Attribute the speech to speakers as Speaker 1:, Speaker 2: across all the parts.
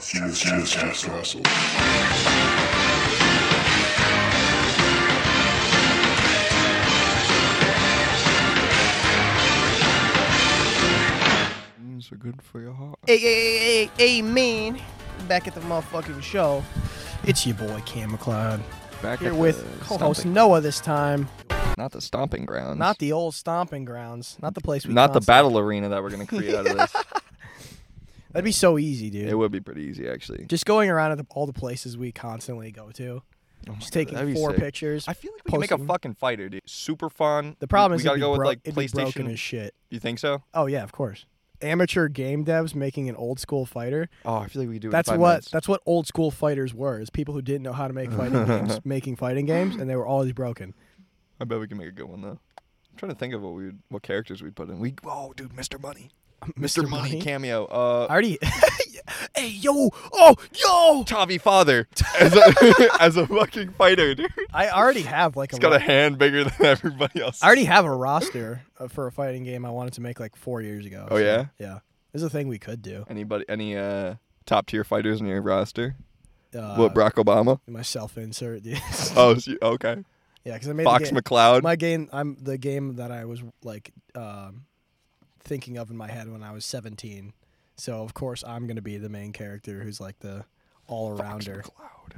Speaker 1: CSCS Russell.
Speaker 2: These are good for your heart.
Speaker 3: Hey, hey, hey, hey, amen. Back at the motherfucking show. It's your boy Cam McLeod
Speaker 2: Back
Speaker 3: here
Speaker 2: at
Speaker 3: with
Speaker 2: the
Speaker 3: co-host
Speaker 2: stomping-
Speaker 3: Noah this time.
Speaker 2: not the stomping grounds,
Speaker 3: Not the old stomping grounds. Not the place we.
Speaker 2: not the
Speaker 3: constantly-
Speaker 2: battle arena that we're gonna create out of this.
Speaker 3: That'd be so easy, dude.
Speaker 2: It would be pretty easy actually.
Speaker 3: just going around at the, all the places we constantly go to. just
Speaker 2: Oh that'd
Speaker 3: taking
Speaker 2: be
Speaker 3: four
Speaker 2: sick.
Speaker 3: pictures.
Speaker 2: I feel like we can make
Speaker 3: Posting.
Speaker 2: a fucking fighter, dude. Super fun.
Speaker 3: the problem
Speaker 2: we,
Speaker 3: is
Speaker 2: we gotta
Speaker 3: it'd
Speaker 2: go
Speaker 3: be
Speaker 2: with
Speaker 3: bro-
Speaker 2: like
Speaker 3: it'd be broken as
Speaker 2: PlayStation.
Speaker 3: shit.
Speaker 2: You think so?
Speaker 3: Oh yeah, of course. Amateur game devs making an old school fighter.
Speaker 2: Oh, I feel like we could do. it in
Speaker 3: That's
Speaker 2: five
Speaker 3: what
Speaker 2: minutes.
Speaker 3: that's what old school fighters were. Is people who didn't know how to make fighting games, making fighting games, and they were always broken.
Speaker 2: I bet we can make a good one though. I'm trying to think of what we would, what characters we'd put in. We oh, dude, Mr. Money, Mr. Money, cameo. Uh,
Speaker 3: I already. hey yo! Oh yo!
Speaker 2: Tavi Father as a as a fucking fighter, dude.
Speaker 3: I already have like a.
Speaker 2: He's got a
Speaker 3: ro-
Speaker 2: hand bigger than everybody else.
Speaker 3: I already have a roster uh, for a fighting game I wanted to make like four years ago.
Speaker 2: Oh, yeah?
Speaker 3: Yeah. This is a thing we could do.
Speaker 2: Anybody, any uh, top tier fighters in your roster?
Speaker 3: Uh,
Speaker 2: what Barack Obama?
Speaker 3: Myself insert. Yeah,
Speaker 2: Oh, so you- okay.
Speaker 3: yeah. Because I made
Speaker 2: Fox
Speaker 3: the game,
Speaker 2: McCloud.
Speaker 3: my game. I'm the game that I was like um, thinking of in my head when I was 17. So of course I'm gonna be the main character who's like the all
Speaker 2: Fox
Speaker 3: arounder.
Speaker 2: McCloud.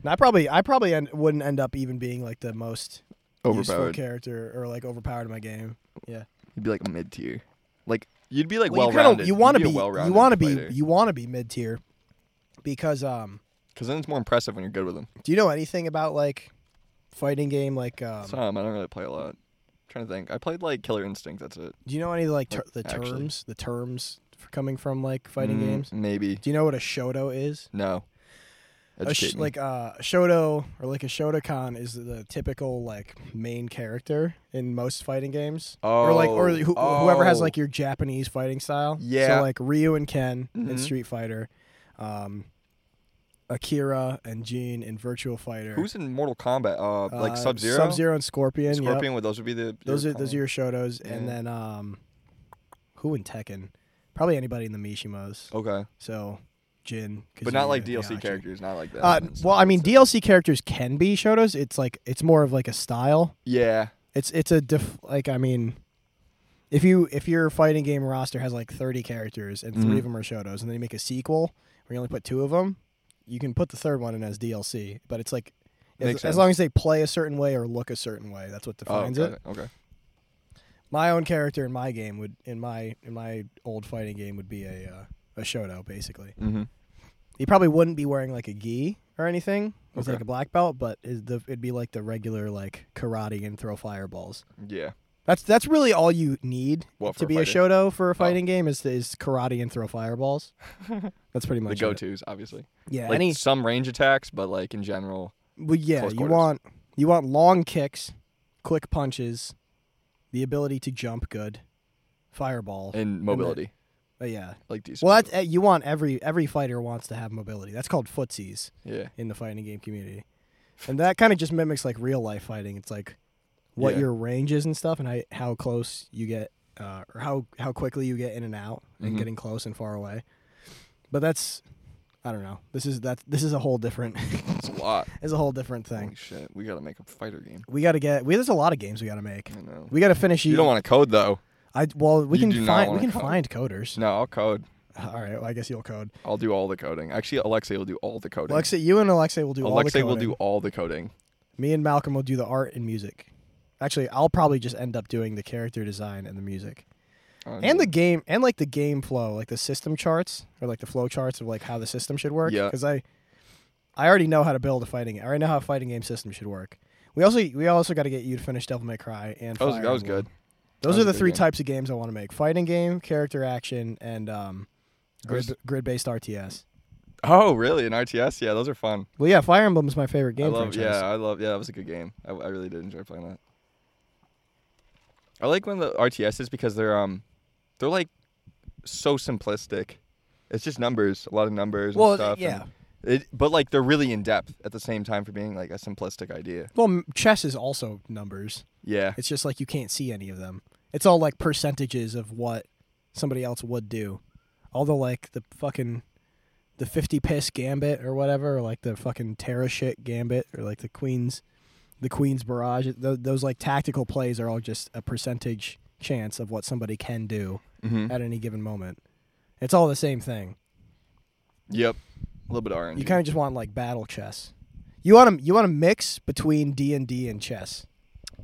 Speaker 3: And I probably I probably end, wouldn't end up even being like the most useful
Speaker 2: Overpowered.
Speaker 3: character or like overpowered in my game. Yeah.
Speaker 2: You'd be like mid tier. Like you'd be like well
Speaker 3: Well, you kinda-
Speaker 2: rounded.
Speaker 3: You want to be.
Speaker 2: well
Speaker 3: You want to be. You want to be mid tier, because um,
Speaker 2: Because then it's more impressive when you're good with them.
Speaker 3: do you know anything about like fighting game? Like um,
Speaker 2: Some I don't really play a lot. I'm trying to think. I played like Killer Instinct. That's it.
Speaker 3: do you know any like ter- the
Speaker 2: actually.
Speaker 3: terms? The terms for coming from like fighting
Speaker 2: Mm,
Speaker 3: games.
Speaker 2: Maybe
Speaker 3: Do you know what a shodo is?
Speaker 2: no.
Speaker 3: A
Speaker 2: Educate
Speaker 3: sh-
Speaker 2: me.
Speaker 3: like uh, a shodo or like a shodokan is the typical like main character in most fighting games. or like or
Speaker 2: Oh,
Speaker 3: who, whoever has
Speaker 2: oh.
Speaker 3: like your Japanese fighting style.
Speaker 2: Yeah.
Speaker 3: So like Ryu and Ken in
Speaker 2: Mhm.
Speaker 3: Street Fighter, um, Akira and Jean in Virtual Fighter.
Speaker 2: Oh. who's in Mortal Kombat? Uh, like Sub Zero.
Speaker 3: Sub Zero and Scorpion. yep.
Speaker 2: Scorpion. Well, those would be the.
Speaker 3: Those
Speaker 2: your
Speaker 3: are those are
Speaker 2: combo.
Speaker 3: your shodos, and
Speaker 2: Yeah.
Speaker 3: then um, who in Tekken? Probably anybody in the Mishimos.
Speaker 2: Okay,
Speaker 3: So, Jin.
Speaker 2: but not like
Speaker 3: Kazooie, and
Speaker 2: DLC
Speaker 3: Hayashi.
Speaker 2: characters, not like that.
Speaker 3: Uh,
Speaker 2: and
Speaker 3: well,
Speaker 2: stuff,
Speaker 3: I mean,
Speaker 2: so-
Speaker 3: DLC characters can be shodos. It's like it's more of like a style.
Speaker 2: Yeah,
Speaker 3: It's it's a diff like I mean, if you if your fighting game roster has like thirty characters and 3
Speaker 2: Mm-hmm.
Speaker 3: of them are shodos, and then you make a sequel where you only put two of them, you can put the third one in as DLC. But it's like as,
Speaker 2: Makes
Speaker 3: as long as they play a certain way or look a certain way, that's what
Speaker 2: oh,
Speaker 3: defines
Speaker 2: got
Speaker 3: it.
Speaker 2: it. Okay,
Speaker 3: My own character in my game would in my in my old fighting game would be a uh, a shodo basically.
Speaker 2: mm-hmm.
Speaker 3: He probably wouldn't be wearing like a gi or anything with
Speaker 2: Okay.
Speaker 3: like a black belt, but is the, it'd be like the regular like karate and throw fireballs.
Speaker 2: yeah.
Speaker 3: That's that's really all you need
Speaker 2: What, Oh, for Oh.
Speaker 3: to
Speaker 2: a
Speaker 3: be a
Speaker 2: fighter?
Speaker 3: shodo for a fighting game is is karate and throw fireballs. that's pretty
Speaker 2: The
Speaker 3: much it.
Speaker 2: go-to's, obviously.
Speaker 3: Yeah,
Speaker 2: Like
Speaker 3: any
Speaker 2: some range attacks, but like in general,
Speaker 3: well, yeah,
Speaker 2: close
Speaker 3: you
Speaker 2: quarters.
Speaker 3: want you want long kicks, quick punches, the ability to jump good, fireball.
Speaker 2: in mobility,
Speaker 3: But yeah,
Speaker 2: like decent.
Speaker 3: well, that's,
Speaker 2: mobility.
Speaker 3: eh, you want every every fighter wants to have mobility. That's called footsies.
Speaker 2: yeah.
Speaker 3: in the fighting game community. And that kind of just mimics like real life fighting. It's like what
Speaker 2: Yeah.
Speaker 3: your range is and stuff, and how, how close you get, uh, or how how quickly you get in and out, and
Speaker 2: Mhm.
Speaker 3: getting close and far away. But that's, I don't know. This is that this is a whole different
Speaker 2: It's a lot.
Speaker 3: is a whole different thing.
Speaker 2: Holy shit, we gotta make a fighter game.
Speaker 3: We got to get. We there's a lot of games we got to make.
Speaker 2: I know.
Speaker 3: We got to finish.
Speaker 2: you don't want to code though.
Speaker 3: I well, we
Speaker 2: you do
Speaker 3: can
Speaker 2: not
Speaker 3: find we
Speaker 2: wanna
Speaker 3: can
Speaker 2: code.
Speaker 3: find coders.
Speaker 2: No, I'll code.
Speaker 3: All right. Well, I guess you'll code.
Speaker 2: I'll do all the coding. Actually, Alexei will do all the coding.
Speaker 3: Alexei, you and Alexei will do all the
Speaker 2: Alexei
Speaker 3: coding.
Speaker 2: will do all the coding.
Speaker 3: Me and Malcolm will do the art and music. Actually, I'll probably just end up doing the character design and the music.
Speaker 2: Oh,
Speaker 3: And
Speaker 2: no.
Speaker 3: the game and like the game flow, like the system charts or like the flow charts of like how the system should work
Speaker 2: Yeah.
Speaker 3: cuz I I already know how to build a fighting. I already know how a fighting game system should work. We also we also got to get you to finish Devil May Cry and
Speaker 2: that was,
Speaker 3: Fire
Speaker 2: that was
Speaker 3: Emblem.
Speaker 2: good.
Speaker 3: Those
Speaker 2: That was
Speaker 3: are the
Speaker 2: a good
Speaker 3: three
Speaker 2: game.
Speaker 3: types of games I want to make: fighting game, character action, and um,
Speaker 2: I was-
Speaker 3: grid, grid-based RTS.
Speaker 2: Oh, really? An RTS? Yeah, those are fun.
Speaker 3: Well, yeah, Fire Emblem is my favorite game
Speaker 2: I love.
Speaker 3: franchise.
Speaker 2: Yeah, I love. Yeah, that was a good game. I, I really did enjoy playing that. I like when the RTSs because they're um, they're like so simplistic. It's just numbers, a lot of numbers and
Speaker 3: Well,
Speaker 2: stuff.
Speaker 3: yeah.
Speaker 2: and It, but like they're really in depth at the same time for being like a simplistic idea.
Speaker 3: Well, m- chess is also numbers.
Speaker 2: Yeah.
Speaker 3: It's just like you can't see any of them. It's all like percentages of what somebody else would do. Although like the fucking the fifty piss gambit or whatever, or like the fucking Terra shit gambit, or like the Queen's the Queen's barrage. Those, those like tactical plays are all just a percentage chance of what somebody can do
Speaker 2: Mm-hmm.
Speaker 3: at any given moment. It's all the same thing.
Speaker 2: Yep. A little bit of RNG.
Speaker 3: You kind of just want like battle chess. You want to you want to mix between D and D and chess,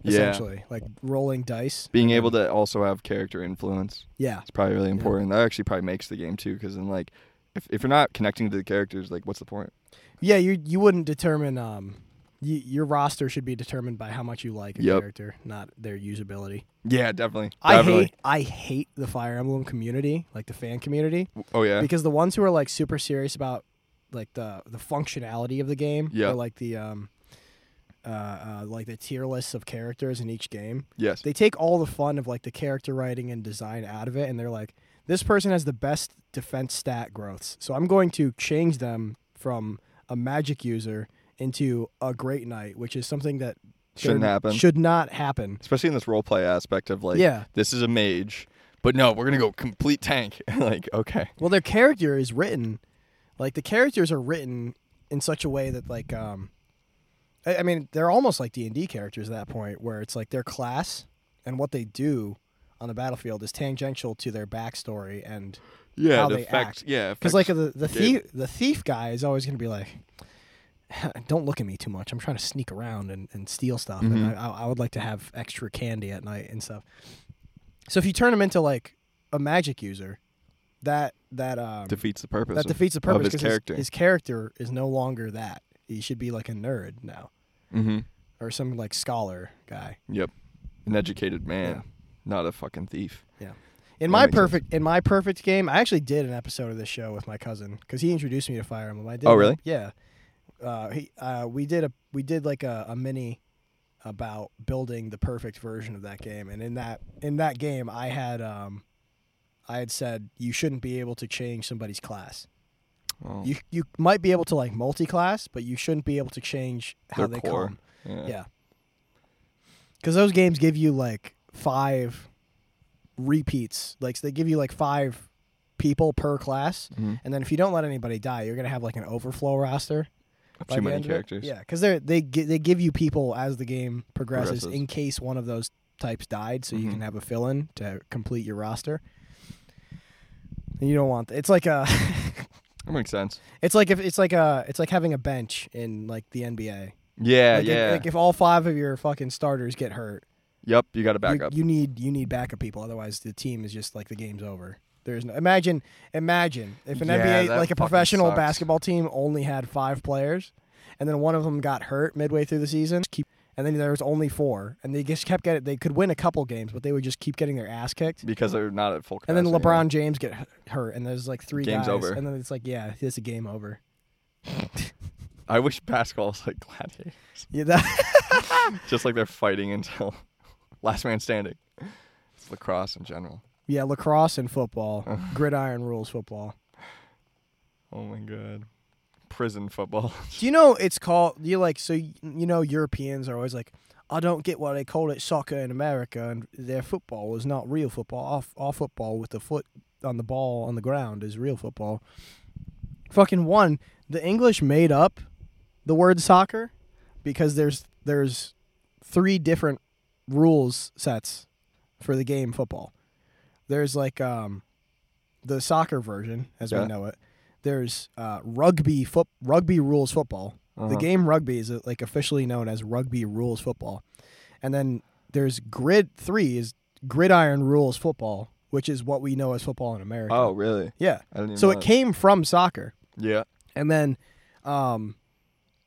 Speaker 2: yeah.
Speaker 3: essentially, like rolling dice.
Speaker 2: Being able to also have character influence
Speaker 3: Yeah,
Speaker 2: is probably really important. That actually probably makes the game too, because then like, if, if you're not connecting to the characters, like, what's the point?
Speaker 3: yeah. You you wouldn't determine um, y- your roster should be determined by how much you like a
Speaker 2: Yep.
Speaker 3: character, not their usability.
Speaker 2: Yeah, definitely.
Speaker 3: I
Speaker 2: Definitely.
Speaker 3: hate I hate the Fire Emblem community, like the fan community,
Speaker 2: Oh yeah.
Speaker 3: because the ones who are like super serious about like the the functionality of the game,
Speaker 2: Yeah.
Speaker 3: or like the um, uh, uh, like the tier lists of characters in each game,
Speaker 2: Yes.
Speaker 3: they take all the fun of like the character writing and design out of it, and they're like, this person has the best defense stat growths, so I'm going to change them from a magic user into a great knight, which is something that
Speaker 2: Shouldn't
Speaker 3: should-
Speaker 2: happen.
Speaker 3: Should not happen.
Speaker 2: Especially in this role play aspect of like,
Speaker 3: yeah.
Speaker 2: this is a mage, but no, we're gonna go complete tank. like, okay.
Speaker 3: Well, their character is written, like the characters are written in such a way that like, um, I, I mean, they're almost like D and D characters at that point, where it's like their class and what they do on the battlefield is tangential to their backstory, and
Speaker 2: Yeah.
Speaker 3: How
Speaker 2: the
Speaker 3: they
Speaker 2: effects.
Speaker 3: act.
Speaker 2: Yeah.
Speaker 3: because
Speaker 2: effects.
Speaker 3: like the the thief the thief guy is always going to be like. Don't look at me too much. I'm trying to sneak around and, and steal stuff,
Speaker 2: Mm-hmm.
Speaker 3: and I, I would like to have extra candy at night and stuff. So if you turn him into like a magic user, that that um,
Speaker 2: defeats the purpose. of-
Speaker 3: that defeats the
Speaker 2: his
Speaker 3: purpose 'cause
Speaker 2: character.
Speaker 3: His, character is no longer that. He should be like a nerd now
Speaker 2: Mhm.
Speaker 3: or some like scholar guy.
Speaker 2: Yep. An educated man, not a fucking thief.
Speaker 3: In
Speaker 2: That
Speaker 3: my
Speaker 2: makes sense.
Speaker 3: perfect in my perfect game, I actually did an episode of this show with my cousin because he introduced me to Fire Emblem. I did.
Speaker 2: Oh, really?
Speaker 3: Yeah. Uh, he uh, we did a we did like a, a mini about building the perfect version of that game, and in that in that game, I had um, I had said you shouldn't be able to change somebody's class.
Speaker 2: Oh,
Speaker 3: You you might be able to like multi-class, but you shouldn't be able to change how
Speaker 2: Their
Speaker 3: they
Speaker 2: core.
Speaker 3: come.
Speaker 2: yeah.
Speaker 3: Yeah. Because those games give you like five repeats. Like so they give you like five people per class,
Speaker 2: Mhm.
Speaker 3: and then if you don't let anybody die, you're gonna have like an overflow roster. by
Speaker 2: Too
Speaker 3: the
Speaker 2: many
Speaker 3: end of it.
Speaker 2: characters.
Speaker 3: Yeah, because they they gi- they give you people as the game progresses,
Speaker 2: Progresses.
Speaker 3: in case one of those types died, so you
Speaker 2: Mhm.
Speaker 3: can have a fill in to complete your roster. And you don't want it's like a
Speaker 2: That makes sense.
Speaker 3: it's like if it's like a it's like having a bench in like the NBA.
Speaker 2: Yeah,
Speaker 3: Like, if-
Speaker 2: yeah.
Speaker 3: like if all five of your fucking starters get hurt,
Speaker 2: yep, you got to back
Speaker 3: you,
Speaker 2: up.
Speaker 3: you need you need backup people, otherwise the team is just like the game's over. There's no imagine imagine if an
Speaker 2: Yeah,
Speaker 3: NBA
Speaker 2: that
Speaker 3: like a
Speaker 2: fucking
Speaker 3: professional
Speaker 2: sucks.
Speaker 3: basketball team only had five players, and then one of them got hurt midway through the season. Keep and then there was only four, and they just kept getting. They could win a couple games, but they would just keep getting their ass kicked.
Speaker 2: because they're not at full
Speaker 3: And
Speaker 2: capacity.
Speaker 3: then
Speaker 2: yeah.
Speaker 3: LeBron James get h- hurt, and there's like three
Speaker 2: Game's
Speaker 3: guys,
Speaker 2: over.
Speaker 3: and then it's like, yeah, it's a game over.
Speaker 2: I wish basketball was like gladiators.
Speaker 3: Yeah, that,
Speaker 2: Just like they're fighting until last man standing. It's lacrosse in general.
Speaker 3: yeah, lacrosse and football, gridiron rules football.
Speaker 2: Oh my god. Prison football.
Speaker 3: Do you know it's called? You like so y- you know Europeans are always like, I don't get why they call it soccer in America and their football is not real football. Our, f- our football with the foot on the ball on the ground is real football. Fucking one, the English made up the word soccer because there's there's three different rules sets for the game football. There's like um, the soccer version as
Speaker 2: Yeah.
Speaker 3: we know it. There's uh, rugby foot rugby rules football. The
Speaker 2: Uh-huh.
Speaker 3: game rugby is uh, like officially known as rugby rules football, and then there's grid three is gridiron rules football, which is what we know as football in America.
Speaker 2: Oh, really?
Speaker 3: yeah.
Speaker 2: I didn't even
Speaker 3: So
Speaker 2: know
Speaker 3: it
Speaker 2: that.
Speaker 3: came from soccer,
Speaker 2: Yeah.
Speaker 3: and then um,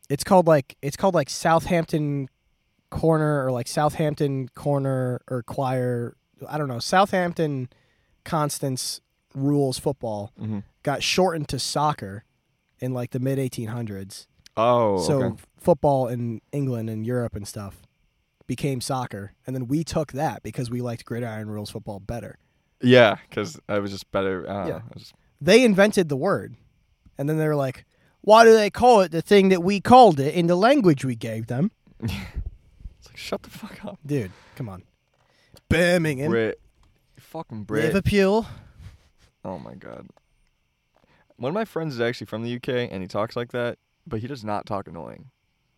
Speaker 3: it's called like it's called like Southampton corner or like Southampton corner or choir. I don't know Southampton Constance rules football
Speaker 2: Mm-hmm.
Speaker 3: got shortened to soccer in like the mid 1800s.
Speaker 2: Oh,
Speaker 3: so
Speaker 2: okay.
Speaker 3: football in England and Europe and stuff became soccer, and then we took that because we liked gridiron rules football better.
Speaker 2: Yeah, because I was just better. I don't
Speaker 3: Yeah.
Speaker 2: know. I was just-
Speaker 3: They invented the word, and then they were like, "Why do they call it the thing that we called it in the language we gave them?"
Speaker 2: it's like, shut the fuck up.
Speaker 3: Dude, come on, Birmingham,
Speaker 2: Brit. You fucking Brit.
Speaker 3: Liverpool.
Speaker 2: Oh my god. One of my friends is actually from the UK, and he talks like that, but he does not talk annoying.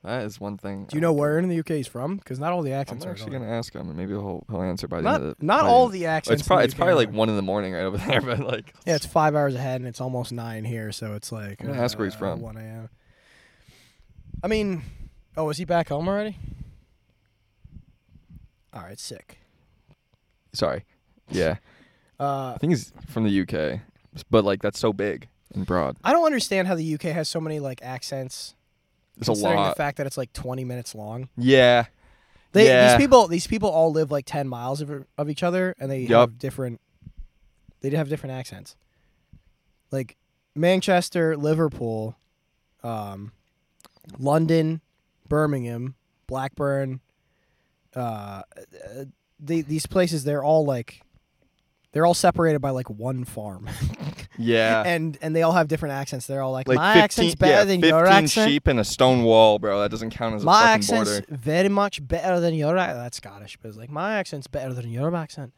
Speaker 2: That is one thing.
Speaker 3: Do you know where in the UK he's from? Because not all the
Speaker 2: I'm
Speaker 3: accents are
Speaker 2: actually
Speaker 3: annoying.
Speaker 2: gonna ask him, and maybe he'll he'll answer by the end of
Speaker 3: Not
Speaker 2: the.
Speaker 3: not
Speaker 2: by
Speaker 3: all
Speaker 2: end.
Speaker 3: the
Speaker 2: Well,
Speaker 3: accents.
Speaker 2: It's probably
Speaker 3: in
Speaker 2: it's
Speaker 3: the UK
Speaker 2: probably
Speaker 3: are
Speaker 2: like
Speaker 3: annoying.
Speaker 2: one in the morning right over there, but like.
Speaker 3: Yeah, it's five hours ahead, and it's almost nine here, so it's like.
Speaker 2: I'm gonna ask where he's
Speaker 3: uh,
Speaker 2: from.
Speaker 3: One a.m. I mean, oh, is he back home already? All right, sick.
Speaker 2: sorry. Yeah,
Speaker 3: Uh,
Speaker 2: I think he's from the UK, but like that's so big and broad.
Speaker 3: I don't understand how the UK has so many like accents.
Speaker 2: It's a
Speaker 3: considering
Speaker 2: lot.
Speaker 3: the fact that it's like 20 minutes long.
Speaker 2: yeah,
Speaker 3: They,
Speaker 2: Yeah.
Speaker 3: These people, these people all live like 10 miles of, of each other, and they
Speaker 2: Yup.
Speaker 3: have different. They have different accents. Like Manchester, Liverpool, um, London, Birmingham, Blackburn. Uh, uh, the, these places, they're all like, they're all separated by like one farm,
Speaker 2: yeah.
Speaker 3: and and they all have different accents. They're all like,
Speaker 2: like
Speaker 3: my
Speaker 2: 15,
Speaker 3: accent's
Speaker 2: yeah,
Speaker 3: better than
Speaker 2: 15
Speaker 3: your accent.
Speaker 2: sheep and a stone wall, bro. That doesn't count as a
Speaker 3: my
Speaker 2: fucking
Speaker 3: accent's
Speaker 2: border.
Speaker 3: very much better than your ac- that's Scottish, but it's like my accent's better than your accent.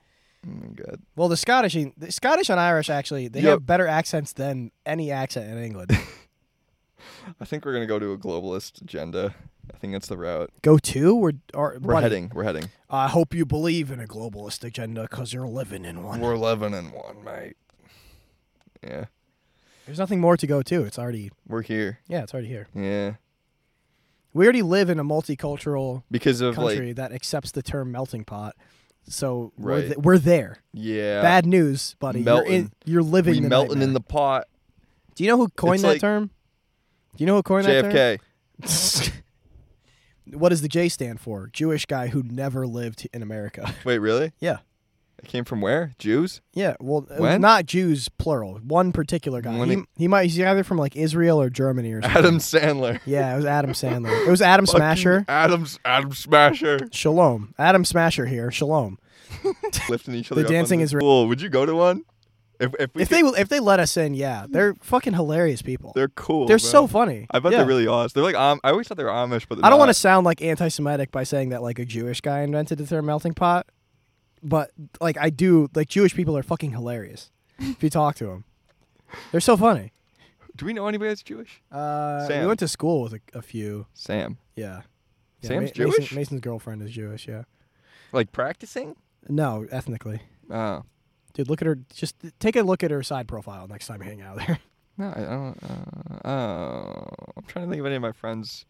Speaker 2: Oh my God.
Speaker 3: Well, the Scottish, the Scottish and Irish actually they
Speaker 2: Yep.
Speaker 3: have better accents than any accent in England.
Speaker 2: I think we're gonna go to a globalist agenda. I think that's the route
Speaker 3: Go to or or
Speaker 2: we're
Speaker 3: buddy,
Speaker 2: heading. We're heading.
Speaker 3: I hope you believe in a globalist agenda because you're living in one.
Speaker 2: We're eleven and one, mate. Yeah,
Speaker 3: There's nothing more to go to. It's already
Speaker 2: we're here.
Speaker 3: yeah, it's already here.
Speaker 2: Yeah,
Speaker 3: We already live in a multicultural
Speaker 2: because of
Speaker 3: country
Speaker 2: like
Speaker 3: that accepts the term melting pot. So we're,
Speaker 2: Right.
Speaker 3: th- we're there.
Speaker 2: yeah,
Speaker 3: Bad news, buddy. You're, in,
Speaker 2: Melting.
Speaker 3: you're living
Speaker 2: we
Speaker 3: the
Speaker 2: melting
Speaker 3: nightmare.
Speaker 2: in the pot.
Speaker 3: Do you know who coined
Speaker 2: It's
Speaker 3: that
Speaker 2: like-
Speaker 3: term? Do you know who coined that term?
Speaker 2: JFK.
Speaker 3: what does the J stand for? Jewish guy who never lived in America.
Speaker 2: Wait, really?
Speaker 3: Yeah.
Speaker 2: It came from where? Jews?
Speaker 3: Yeah, well, it was
Speaker 2: When?
Speaker 3: not Jews, plural. One particular guy.
Speaker 2: When
Speaker 3: He,
Speaker 2: it-
Speaker 3: he might he's either from like Israel or Germany or something.
Speaker 2: Adam Sandler.
Speaker 3: Yeah, it was Adam Sandler. It was Adam Smasher.
Speaker 2: Adam's Adam Smasher.
Speaker 3: Shalom, Adam Smasher here. Shalom.
Speaker 2: Lifting each other. up
Speaker 3: dancing
Speaker 2: on the-
Speaker 3: is re-
Speaker 2: Whoa, Would you go to one? If if, we
Speaker 3: If
Speaker 2: could-
Speaker 3: they if they let us in, yeah, they're fucking hilarious people. They're,
Speaker 2: they're cool. bro.
Speaker 3: so funny.
Speaker 2: I bet
Speaker 3: Yeah.
Speaker 2: they're really honest. They're like um, I always thought they were Amish, but they're
Speaker 3: I don't want
Speaker 2: not.
Speaker 3: to sound like anti-Semitic by saying that like a Jewish guy invented the term melting pot, but like I do. Like Jewish people are fucking hilarious. if you talk to them, they're so funny.
Speaker 2: Do we know anybody that's Jewish?
Speaker 3: Uh, we
Speaker 2: Sam.
Speaker 3: went to school with a, a few.
Speaker 2: Sam,
Speaker 3: Yeah. yeah
Speaker 2: Sam's
Speaker 3: Mason-
Speaker 2: Jewish?
Speaker 3: Mason's girlfriend is Jewish. Yeah.
Speaker 2: like practicing?
Speaker 3: No, ethnically.
Speaker 2: Oh
Speaker 3: Dude, look at her. Just take a look at her side profile next time you hang out there.
Speaker 2: no, I don't. Uh, oh, I'm trying to think of any of my friends.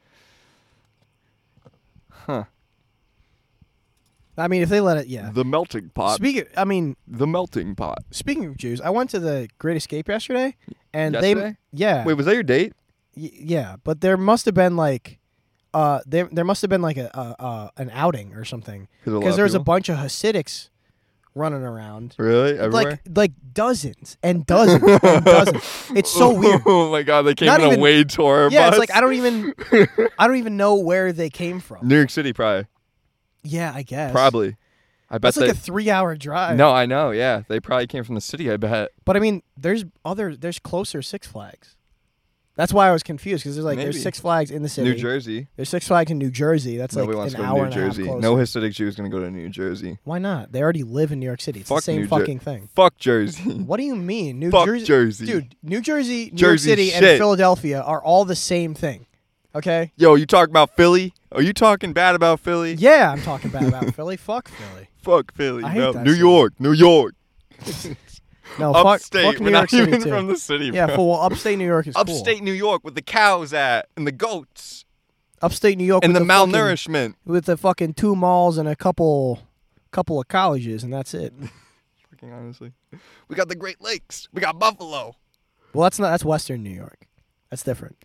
Speaker 2: Huh?
Speaker 3: I mean, if they let it, yeah.
Speaker 2: The melting pot.
Speaker 3: Speaking, I mean,
Speaker 2: the melting pot.
Speaker 3: speaking of Jews, I went to the Great Escape yesterday, and
Speaker 2: Yesterday?
Speaker 3: they, yeah,
Speaker 2: Wait, was that your date?
Speaker 3: Y- yeah, but there must have been like, uh, there there must have been like a, a uh, an outing or something because there was a bunch of Hasidics running around,
Speaker 2: really everywhere.
Speaker 3: like like dozens and dozens and dozens. It's so weird.
Speaker 2: oh my god, they came
Speaker 3: Not
Speaker 2: in
Speaker 3: even-
Speaker 2: a way tour
Speaker 3: Yeah, it's
Speaker 2: bus.
Speaker 3: like I don't even I don't even know where they came from.
Speaker 2: New York City, probably.
Speaker 3: Yeah, I guess
Speaker 2: Probably. I bet
Speaker 3: That's like
Speaker 2: they.
Speaker 3: a three hour drive.
Speaker 2: no, I know. Yeah, they probably came from the city. I bet.
Speaker 3: but I mean, there's other there's closer Six Flags. That's why I was confused because there's like there's
Speaker 2: Maybe.
Speaker 3: Six Flags in the city.
Speaker 2: New Jersey.
Speaker 3: There's Six Flags in New Jersey. That's
Speaker 2: Nobody
Speaker 3: like
Speaker 2: wants
Speaker 3: an
Speaker 2: to go
Speaker 3: hour
Speaker 2: to New
Speaker 3: and
Speaker 2: Jersey.
Speaker 3: a half
Speaker 2: No
Speaker 3: closer.
Speaker 2: Hasidic Jew is going to go to New Jersey.
Speaker 3: Why not? They already live in New York City. It's the
Speaker 2: Fuck
Speaker 3: same
Speaker 2: New Jer-
Speaker 3: fucking thing.
Speaker 2: Fuck Jersey.
Speaker 3: What do you mean, New
Speaker 2: Fuck
Speaker 3: Jersey?
Speaker 2: Jersey.
Speaker 3: dude. New Jersey, New
Speaker 2: Jersey
Speaker 3: York City, and
Speaker 2: shit.
Speaker 3: Philadelphia are all the same thing. Okay.
Speaker 2: Yo, you talking about Philly? Are you talking bad about Philly?
Speaker 3: Yeah, I'm talking bad about Philly. Fuck Philly.
Speaker 2: Fuck Philly.
Speaker 3: I hate
Speaker 2: bro.
Speaker 3: that
Speaker 2: New
Speaker 3: city.
Speaker 2: York. New York.
Speaker 3: No, fuck,
Speaker 2: Upstate.
Speaker 3: fuck New
Speaker 2: We're
Speaker 3: York
Speaker 2: not
Speaker 3: City
Speaker 2: even
Speaker 3: too.
Speaker 2: from the city,
Speaker 3: yeah,
Speaker 2: bro.
Speaker 3: for, well, upstate New York is cool.
Speaker 2: Upstate New York with the cows at and the goats
Speaker 3: upstate New York
Speaker 2: and
Speaker 3: with
Speaker 2: the,
Speaker 3: fucking-
Speaker 2: malnourishment.
Speaker 3: with the fucking two malls and a couple, couple of colleges, and that's it.
Speaker 2: Fucking honestly. We got the Great Lakes. We got Buffalo.
Speaker 3: Well, that's not that's Western New York. That's different.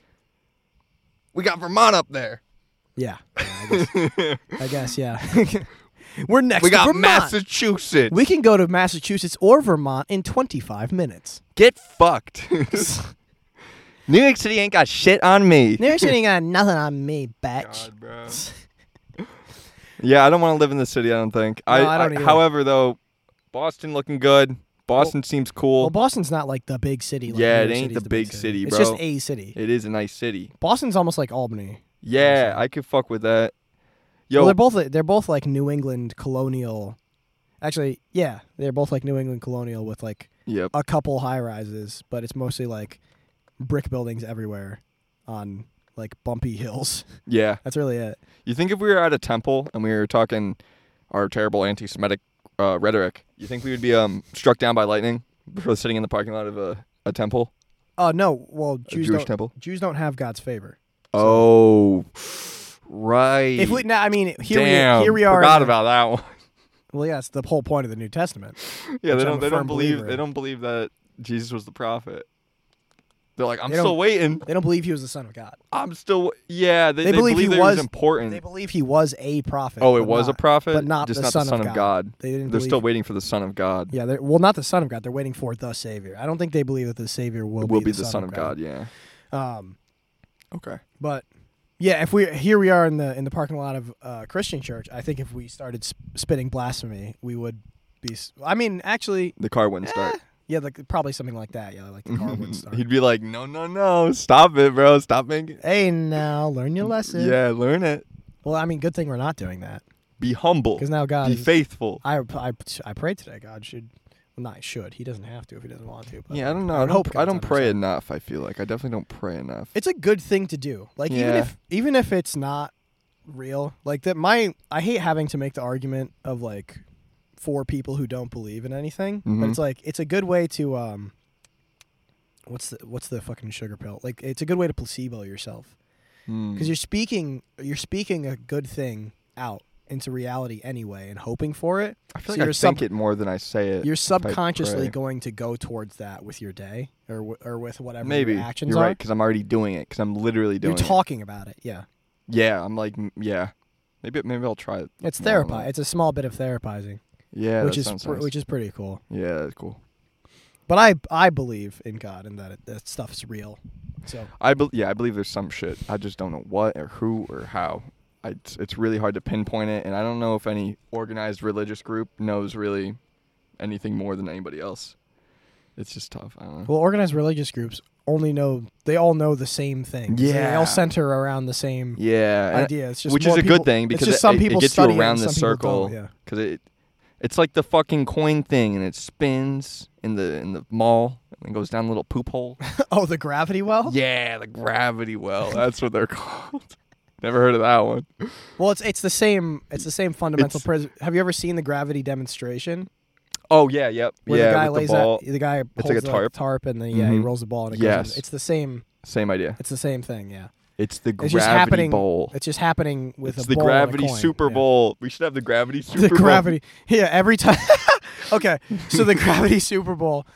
Speaker 2: We got Vermont up there.
Speaker 3: Yeah, yeah, I, guess, I guess. Yeah, we're next.
Speaker 2: We
Speaker 3: to
Speaker 2: got
Speaker 3: Vermont.
Speaker 2: Massachusetts.
Speaker 3: We can go to Massachusetts or Vermont in 25 minutes.
Speaker 2: Get fucked. New York City ain't got shit on me.
Speaker 3: New York City ain't got nothing on me, bitch.
Speaker 2: God, bro. yeah, I don't want to live in the city. I don't think. I,
Speaker 3: No, I don't either.
Speaker 2: However, though, Boston looking good. Boston seems cool.
Speaker 3: Well, Boston's not like the big city. Like
Speaker 2: Yeah,
Speaker 3: New
Speaker 2: it
Speaker 3: York
Speaker 2: ain't
Speaker 3: City's
Speaker 2: the big city,
Speaker 3: It's
Speaker 2: bro.
Speaker 3: just a city.
Speaker 2: it is a nice city.
Speaker 3: Boston's almost like Albany.
Speaker 2: Yeah, I could fuck with that. Yo,
Speaker 3: Well, they're both they're both like New England colonial. Actually, yeah, they're both like New England colonial with like
Speaker 2: yep.
Speaker 3: a couple high rises, but it's mostly like brick buildings everywhere on like bumpy hills.
Speaker 2: Yeah.
Speaker 3: That's really it.
Speaker 2: You think if we were at a temple and we were talking our terrible anti-Semitic uh, rhetoric, you think we would be um, struck down by lightning for sitting in the parking lot of a, a temple,
Speaker 3: Oh no, well
Speaker 2: a
Speaker 3: Jews
Speaker 2: Jewish
Speaker 3: don't
Speaker 2: temple?
Speaker 3: Jews don't have God's favor.
Speaker 2: Oh, right.
Speaker 3: If we now, I mean here
Speaker 2: Damn,
Speaker 3: we here we are. in
Speaker 2: Forgot
Speaker 3: the-
Speaker 2: about that one.
Speaker 3: Well, yeah, it's the whole point of the New Testament.
Speaker 2: yeah,
Speaker 3: Which
Speaker 2: they don't.
Speaker 3: I'm a
Speaker 2: They don't
Speaker 3: firm
Speaker 2: believe.
Speaker 3: believer
Speaker 2: They
Speaker 3: in.
Speaker 2: don't believe that Jesus was the prophet. They're like, I'm
Speaker 3: They
Speaker 2: still
Speaker 3: don't-
Speaker 2: waiting.
Speaker 3: They don't believe he was the son of God.
Speaker 2: I'm still. Yeah, they,
Speaker 3: They believe he
Speaker 2: that he was
Speaker 3: was-
Speaker 2: important.
Speaker 3: They believe he was a prophet.
Speaker 2: Hmm. oh, it
Speaker 3: but
Speaker 2: was
Speaker 3: not-
Speaker 2: a prophet,
Speaker 3: but not
Speaker 2: just
Speaker 3: the
Speaker 2: not
Speaker 3: son
Speaker 2: the
Speaker 3: of
Speaker 2: son of
Speaker 3: God.
Speaker 2: God.
Speaker 3: They didn't.
Speaker 2: They're
Speaker 3: believe,
Speaker 2: still waiting for the son of God.
Speaker 3: Yeah, they're well, not the son of God. They're waiting for the Savior. I don't think they believe that the Savior will,
Speaker 2: will
Speaker 3: be, the,
Speaker 2: son of God. Yeah.
Speaker 3: God. Um,
Speaker 2: Okay.
Speaker 3: But yeah, if we here we are in the in the parking lot of uh, Christian church, I think if we started sp- spitting blasphemy, we would be. s- I mean, actually,
Speaker 2: The car wouldn't start.
Speaker 3: yeah, like probably something like that. Yeah, like the car would start.
Speaker 2: He'd be like, "No, no, no! Stop it, bro! Stop making."
Speaker 3: hey, now learn your lesson.
Speaker 2: Yeah, learn it.
Speaker 3: Well, I mean, good thing we're not doing that
Speaker 2: Be humble.
Speaker 3: because now God.
Speaker 2: Be
Speaker 3: is- Ah,
Speaker 2: faithful.
Speaker 3: I, I I pray today. God should. Well, not should. He doesn't have to if he doesn't want to. But
Speaker 2: Yeah, I don't know.
Speaker 3: I
Speaker 2: I
Speaker 3: would
Speaker 2: don't.
Speaker 3: hope
Speaker 2: pr- I
Speaker 3: God's
Speaker 2: don't
Speaker 3: on our
Speaker 2: pray
Speaker 3: side.
Speaker 2: enough. I feel like I definitely don't pray enough.
Speaker 3: it's a good thing to do. Like even
Speaker 2: Yeah.
Speaker 3: if even if it's not real, like that my I hate having to make the argument of like for people who don't believe in anything,
Speaker 2: Mhm.
Speaker 3: but it's like it's a good way to um what's the what's the fucking sugar pill? Like it's a good way to placebo yourself
Speaker 2: Hmm.
Speaker 3: because you're speaking you're speaking a good thing out into reality anyway and hoping for it.
Speaker 2: I feel
Speaker 3: so
Speaker 2: like I
Speaker 3: you're sub-
Speaker 2: think it more than I say it.
Speaker 3: You're
Speaker 2: pray.
Speaker 3: subconsciously going to go towards that with your day or w- or with whatever
Speaker 2: Maybe
Speaker 3: your actions
Speaker 2: you're
Speaker 3: are.
Speaker 2: right because I'm already doing it because I'm literally doing
Speaker 3: You're talking about it. Yeah.
Speaker 2: it. Yeah, I'm like, mm, yeah. Maybe maybe I'll try it.
Speaker 3: It's
Speaker 2: more on
Speaker 3: therapy.
Speaker 2: that.
Speaker 3: It's a small bit of therapizing,
Speaker 2: Yeah,
Speaker 3: which
Speaker 2: that
Speaker 3: is
Speaker 2: sounds
Speaker 3: pr-
Speaker 2: nice.
Speaker 3: which is pretty cool.
Speaker 2: yeah, that's cool.
Speaker 3: But I I believe in God and that it, that stuff's real. So
Speaker 2: I bel yeah, I believe there's some shit. I just don't know what or who or how. I, it's, it's really hard to pinpoint it, and I don't know if any organized religious group knows really anything more than anybody else. It's just tough. I don't know.
Speaker 3: well, organized religious groups only know they all know the same thing. So they
Speaker 2: Yeah.
Speaker 3: all center around the same
Speaker 2: Yeah, and-
Speaker 3: idea. It's just
Speaker 2: which
Speaker 3: more
Speaker 2: is a
Speaker 3: people-
Speaker 2: good thing because
Speaker 3: it's
Speaker 2: it,
Speaker 3: just some
Speaker 2: it- it
Speaker 3: people
Speaker 2: gets you
Speaker 3: study it
Speaker 2: around
Speaker 3: and
Speaker 2: the
Speaker 3: some people
Speaker 2: circle
Speaker 3: don't, Yeah.
Speaker 2: because it it's like the fucking coin thing and it spins in the in the mall and it goes down a little poop hole.
Speaker 3: oh, the gravity well.
Speaker 2: yeah, the gravity well. That's what they're called. Never heard of that one.
Speaker 3: Well, it's it's the same it's the same fundamental.
Speaker 2: It's-
Speaker 3: Pres- have you ever seen the gravity demonstration
Speaker 2: Oh yeah, yep.
Speaker 3: where
Speaker 2: yeah,
Speaker 3: the guy
Speaker 2: with
Speaker 3: lays
Speaker 2: the ball.
Speaker 3: out the guy holds
Speaker 2: like a
Speaker 3: the
Speaker 2: tarp.
Speaker 3: tarp and then yeah he
Speaker 2: Mhm.
Speaker 3: rolls the ball and it goes.
Speaker 2: Yes.
Speaker 3: in. It's the same.
Speaker 2: Same idea.
Speaker 3: It's the same thing. Yeah.
Speaker 2: It's the
Speaker 3: It's
Speaker 2: gravity
Speaker 3: just happening-
Speaker 2: bowl.
Speaker 3: It's just happening with
Speaker 2: it's
Speaker 3: a
Speaker 2: the
Speaker 3: ball and a
Speaker 2: gravity
Speaker 3: coin.
Speaker 2: Super
Speaker 3: Yeah.
Speaker 2: Bowl. We should have the gravity Super
Speaker 3: the
Speaker 2: Bowl.
Speaker 3: gravity. Yeah, every time. okay, so the gravity Super Bowl.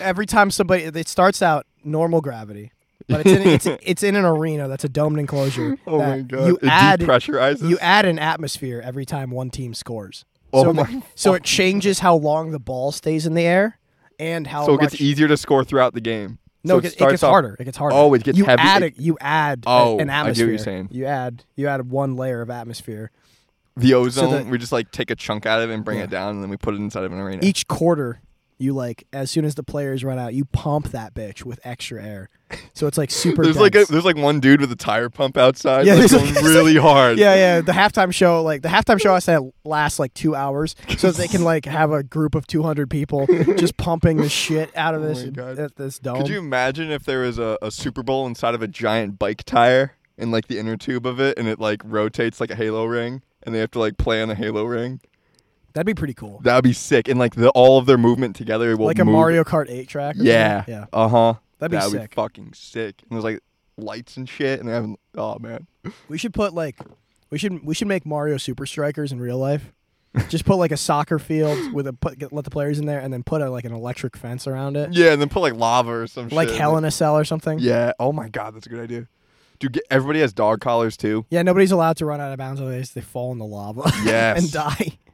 Speaker 3: Every time somebody, it starts out normal gravity, but it's in it's it's in an arena that's a domed enclosure.
Speaker 2: Oh my
Speaker 3: that
Speaker 2: god.
Speaker 3: You
Speaker 2: it
Speaker 3: add
Speaker 2: depressurizes.
Speaker 3: you add an atmosphere every time one team scores.
Speaker 2: Oh
Speaker 3: so
Speaker 2: my
Speaker 3: the- so it changes how long the ball stays in the air and how
Speaker 2: so it
Speaker 3: much.
Speaker 2: gets easier to score throughout the game.
Speaker 3: no,
Speaker 2: so
Speaker 3: it,
Speaker 2: it,
Speaker 3: gets- it
Speaker 2: starts
Speaker 3: gets
Speaker 2: off-
Speaker 3: harder. It gets harder.
Speaker 2: Oh, it gets
Speaker 3: you
Speaker 2: heavy.
Speaker 3: Add
Speaker 2: it-
Speaker 3: a, you add a-
Speaker 2: Oh, I get
Speaker 3: an
Speaker 2: what
Speaker 3: atmosphere.
Speaker 2: you're saying.
Speaker 3: You add you add one layer of atmosphere.
Speaker 2: the ozone.
Speaker 3: the-
Speaker 2: we just like take a chunk out of it and bring
Speaker 3: Yeah.
Speaker 2: it down, and then we put it inside of an arena.
Speaker 3: each quarter you like as soon as the players run out you pump that bitch with extra air so it's like super
Speaker 2: there's like a,
Speaker 3: dense.
Speaker 2: there's like one dude with a tire pump outside,
Speaker 3: Yeah,
Speaker 2: like,
Speaker 3: there's
Speaker 2: going
Speaker 3: like-
Speaker 2: really hard.
Speaker 3: yeah yeah the halftime show like the halftime show has to last like two hours so they can like have a group of 200 people just pumping the shit out of
Speaker 2: Oh
Speaker 3: this
Speaker 2: my God.
Speaker 3: at this dome
Speaker 2: Could you imagine if there was a, a Super Bowl inside of a giant bike tire and like the inner tube of it, and it like rotates like a halo ring, and they have to like play on a halo ring?
Speaker 3: that'd be pretty cool
Speaker 2: That'd be sick. And like the all of their movement together will
Speaker 3: like a
Speaker 2: move-
Speaker 3: mario kart 8 track or
Speaker 2: Yeah.
Speaker 3: something? yeah
Speaker 2: Uh huh.
Speaker 3: that'd be
Speaker 2: that
Speaker 3: sick
Speaker 2: Would be fucking sick. And there's like lights and shit, and they're having oh man.
Speaker 3: we should put like we should we should make mario super strikers in real life just put like a soccer field with a put get, let the players in there and then put a, like an electric fence around it
Speaker 2: Yeah, and then put like lava or some
Speaker 3: like
Speaker 2: shit. in
Speaker 3: hell in a cell or something.
Speaker 2: Yeah. Oh my god, that's a good idea. Dude, get, everybody has dog collars too.
Speaker 3: Yeah, nobody's allowed to run out of bounds otherwise they fall in the lava
Speaker 2: Yes.
Speaker 3: and die.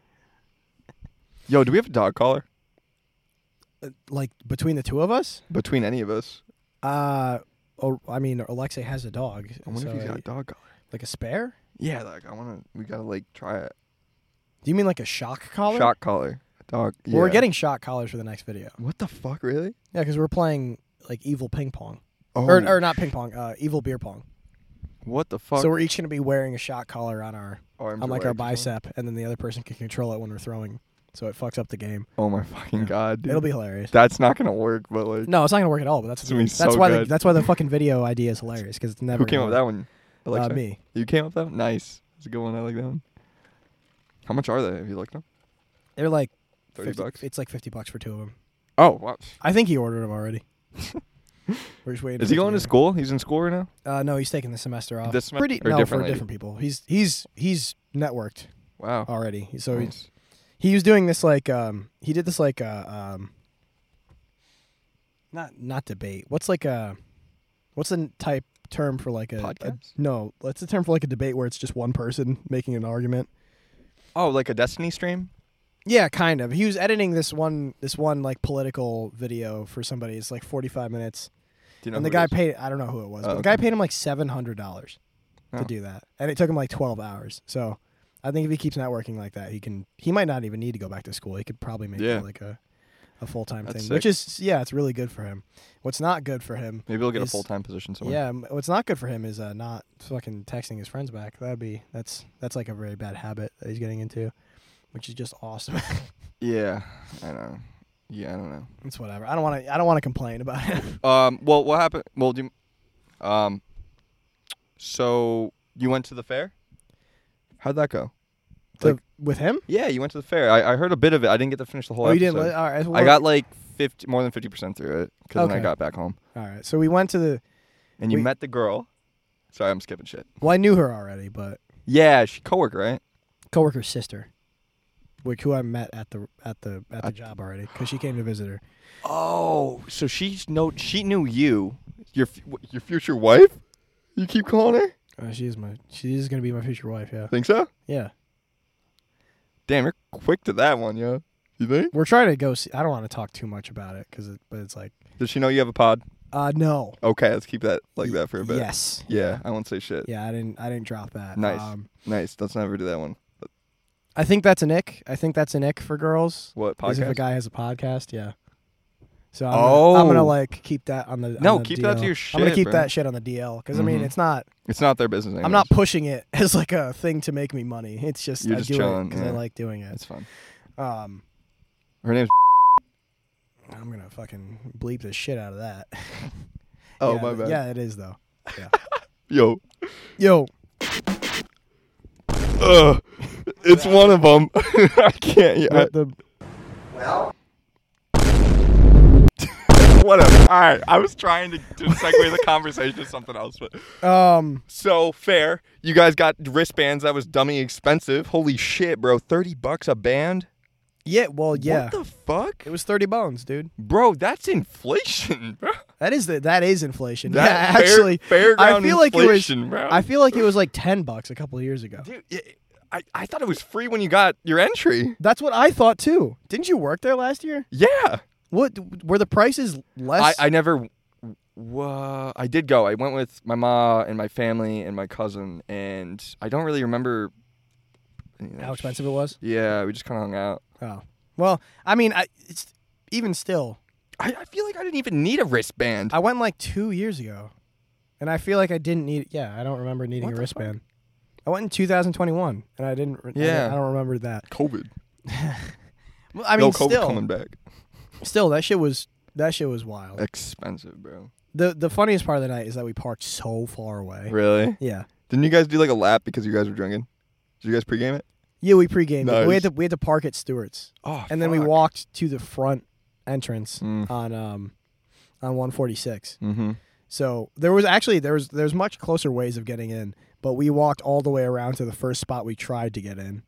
Speaker 2: Yo, do we have a dog collar
Speaker 3: Uh, Like between the two of us,
Speaker 2: between any of us?
Speaker 3: uh, or, I mean, Alexei has a dog.
Speaker 2: I wonder if
Speaker 3: so
Speaker 2: he's got
Speaker 3: I-
Speaker 2: a dog collar.
Speaker 3: like a spare.
Speaker 2: Yeah, like I wanna. We gotta like try it.
Speaker 3: Do you mean like a shock collar?
Speaker 2: Shock collar. Dog.
Speaker 3: Well, We're
Speaker 2: yeah.
Speaker 3: getting shock collars for the next video.
Speaker 2: What the fuck, really?
Speaker 3: Yeah, because we're playing like evil ping pong,
Speaker 2: Oh,
Speaker 3: or, or not ping pong, uh, evil beer pong.
Speaker 2: what the fuck? Oh,
Speaker 3: So we're each gonna be wearing a shock collar on our
Speaker 2: Arms
Speaker 3: on
Speaker 2: or
Speaker 3: like our
Speaker 2: legs or something?
Speaker 3: bicep, and then the other person can control it when we're throwing so it fucks up the game.
Speaker 2: Oh my fucking god, dude.
Speaker 3: It'll be hilarious.
Speaker 2: That's not gonna work. But like,
Speaker 3: No, it's not gonna work at all. But that's
Speaker 2: It's gonna be
Speaker 3: that's
Speaker 2: so
Speaker 3: why The,
Speaker 2: good.
Speaker 3: that's why the fucking video idea is hilarious because it's never.
Speaker 2: who came up
Speaker 3: gonna
Speaker 2: with that one?
Speaker 3: work.
Speaker 2: Alexa?
Speaker 3: Uh, me.
Speaker 2: You came up with that one. Nice. It's a good one. I like that one. How much are they? Have you looked them?
Speaker 3: They're like
Speaker 2: Thirty
Speaker 3: 50
Speaker 2: bucks.
Speaker 3: It's like fifty bucks for two of them.
Speaker 2: Oh, wow.
Speaker 3: I think he ordered them already. We're just waiting.
Speaker 2: Is he
Speaker 3: for
Speaker 2: going to
Speaker 3: it deliver.
Speaker 2: school? He's in school right now.
Speaker 3: Uh, no, he's taking the semester off.
Speaker 2: This semester
Speaker 3: Uh, Pretty
Speaker 2: or
Speaker 3: no
Speaker 2: different
Speaker 3: for
Speaker 2: lady?
Speaker 3: different people. He's he's he's networked
Speaker 2: Wow.
Speaker 3: already. So he,
Speaker 2: Nice.
Speaker 3: he was doing this like um he did this like uh, um not not debate. What's like a what's the type term for like a, a-
Speaker 2: Podcast?
Speaker 3: no, that's the term for like a debate where it's just one person making an argument.
Speaker 2: Oh, like a Destiny stream.
Speaker 3: Yeah, kind of. He was editing this one this one like political video for somebody. It's like 45 minutes.
Speaker 2: Do you know
Speaker 3: and
Speaker 2: who
Speaker 3: the
Speaker 2: it
Speaker 3: guy
Speaker 2: is?
Speaker 3: paid I don't know who it was, but
Speaker 2: Oh,
Speaker 3: the guy
Speaker 2: okay.
Speaker 3: paid him like $700
Speaker 2: Oh.
Speaker 3: to do that. And it took him like 12 hours. So, I think if he keeps networking like that, he can he might not even need to go back to school. He could probably make
Speaker 2: Yeah.
Speaker 3: it like a a full-time
Speaker 2: That's
Speaker 3: thing,
Speaker 2: sick.
Speaker 3: which is yeah, it's really good for him. What's not good for him
Speaker 2: Maybe he'll get a
Speaker 3: is-
Speaker 2: full time position somewhere.
Speaker 3: yeah, m- what's not good for him is uh, not fucking texting his friends back. That'd be that's that's like a very bad habit that he's getting into, which is just awesome.
Speaker 2: Yeah. I know. Yeah, I don't know.
Speaker 3: it's whatever. I don't want to. I don't want to complain about it.
Speaker 2: Um. Well, what happened? Well, do you, um. So you went to the fair? How'd that go?
Speaker 3: The-
Speaker 2: Like-
Speaker 3: with him?
Speaker 2: Yeah, you went to the fair. I, I heard a bit of it. I didn't get to finish the whole.
Speaker 3: oh, you
Speaker 2: episode.
Speaker 3: didn't. li- All right.
Speaker 2: I
Speaker 3: well,
Speaker 2: got like fifty, more than fifty percent through it because then I
Speaker 3: Okay.
Speaker 2: got back home
Speaker 3: All right. So we went to the.
Speaker 2: and you
Speaker 3: We-
Speaker 2: met the girl. Sorry, I'm skipping shit.
Speaker 3: Well, I knew her already, but
Speaker 2: Yeah, she coworker, right?
Speaker 3: coworker's sister, which who I met at the at the at the
Speaker 2: At-
Speaker 3: job already because she came to visit her.
Speaker 2: Oh, so she's no, she knew you, your f- wh- your future wife. You keep calling her?
Speaker 3: Uh, she is my. She is gonna be my future wife. Yeah.
Speaker 2: Think so?
Speaker 3: Yeah.
Speaker 2: Damn, you're quick to that one, yo. You think?
Speaker 3: We're trying to go. See, I don't want to talk too much about it because it, but it's like.
Speaker 2: Does she know you have a pod?
Speaker 3: Uh no.
Speaker 2: Okay, let's keep that like
Speaker 3: Y-
Speaker 2: that for a bit.
Speaker 3: Yes.
Speaker 2: Yeah, I won't say shit.
Speaker 3: Yeah, I didn't. I didn't drop that.
Speaker 2: Nice.
Speaker 3: Um,
Speaker 2: Nice. Let's never do that one.
Speaker 3: I think that's an ick. I think that's an ick for girls.
Speaker 2: What
Speaker 3: Is if a
Speaker 2: podcast?
Speaker 3: guy has a podcast, yeah. So I'm, gonna, I'm gonna
Speaker 2: Oh.
Speaker 3: like keep that on the. on
Speaker 2: No,
Speaker 3: the
Speaker 2: keep that to
Speaker 3: DL.
Speaker 2: your
Speaker 3: I'm gonna
Speaker 2: shit,
Speaker 3: keep
Speaker 2: bro.
Speaker 3: that shit Mm-hmm. on the DL because I mean
Speaker 2: Mhm.
Speaker 3: it's not.
Speaker 2: it's not their business.
Speaker 3: I'm
Speaker 2: anyways.
Speaker 3: not pushing it as like a thing to make me money. It's just
Speaker 2: You're
Speaker 3: I
Speaker 2: just
Speaker 3: do it
Speaker 2: chilling,
Speaker 3: because I
Speaker 2: yeah.
Speaker 3: like doing
Speaker 2: It's
Speaker 3: it.
Speaker 2: fun.
Speaker 3: Um,
Speaker 2: Her name's.
Speaker 3: I'm gonna fucking bleep the shit out of that.
Speaker 2: Oh
Speaker 3: Yeah,
Speaker 2: my
Speaker 3: but-
Speaker 2: bad.
Speaker 3: Yeah, it is though.
Speaker 2: Yo.
Speaker 3: Yo,
Speaker 2: Ugh. It's one of them. I can't. Yeah.
Speaker 3: what the
Speaker 2: Whatever. All right. I was trying to, to segue the conversation to something else, but
Speaker 3: um
Speaker 2: so fair. You guys got wristbands that was dummy expensive. Holy shit, bro! Thirty bucks a band.
Speaker 3: yeah well yeah
Speaker 2: What the fuck,
Speaker 3: it was thirty bones, dude.
Speaker 2: bro? That's inflation, bro.
Speaker 3: That is the, that is inflation.
Speaker 2: That
Speaker 3: yeah,
Speaker 2: fair-
Speaker 3: actually, I
Speaker 2: fairground
Speaker 3: feel like it was.
Speaker 2: inflation, bro.
Speaker 3: I feel like it was like ten bucks a couple of years ago.
Speaker 2: Dude, it- I I thought it was free when you got your entry.
Speaker 3: That's what I thought too. Didn't you work there last year?
Speaker 2: Yeah.
Speaker 3: What were the prices
Speaker 2: I,
Speaker 3: less?
Speaker 2: I never. Wha I did go. I went with my ma and my family and my cousin, and I don't really remember any of that
Speaker 3: how
Speaker 2: sh-
Speaker 3: expensive it was?
Speaker 2: Yeah, we just kind of hung out.
Speaker 3: Oh, well, I mean, I it's even still.
Speaker 2: I, I feel like I didn't even need a wristband.
Speaker 3: I went like two years ago, and I feel like I didn't need. Yeah, I don't remember needing
Speaker 2: What
Speaker 3: a
Speaker 2: the fuck?
Speaker 3: wristband. I went in 2021, and I didn't. re- I
Speaker 2: Yeah.
Speaker 3: didn't- I, don't remember that.
Speaker 2: COVID.
Speaker 3: Well, I mean,
Speaker 2: no COVID
Speaker 3: still,
Speaker 2: coming back.
Speaker 3: still that shit was that shit was wild.
Speaker 2: Expensive, bro.
Speaker 3: The the funniest part of the night is that we parked so far away.
Speaker 2: Really?
Speaker 3: Yeah.
Speaker 2: Didn't you guys do like a lap because you guys were drinking? Did you guys pregame it?
Speaker 3: Yeah, we pregamed. it. We
Speaker 2: Nice.
Speaker 3: had to we had to park at Stewart's.
Speaker 2: Oh,
Speaker 3: And then we walked to the front entrance
Speaker 2: Mm.
Speaker 3: on um on 146.
Speaker 2: Mm-hmm.
Speaker 3: So there was actually there was there's much closer ways of getting in, but we walked all the way around to the first spot we tried to get in.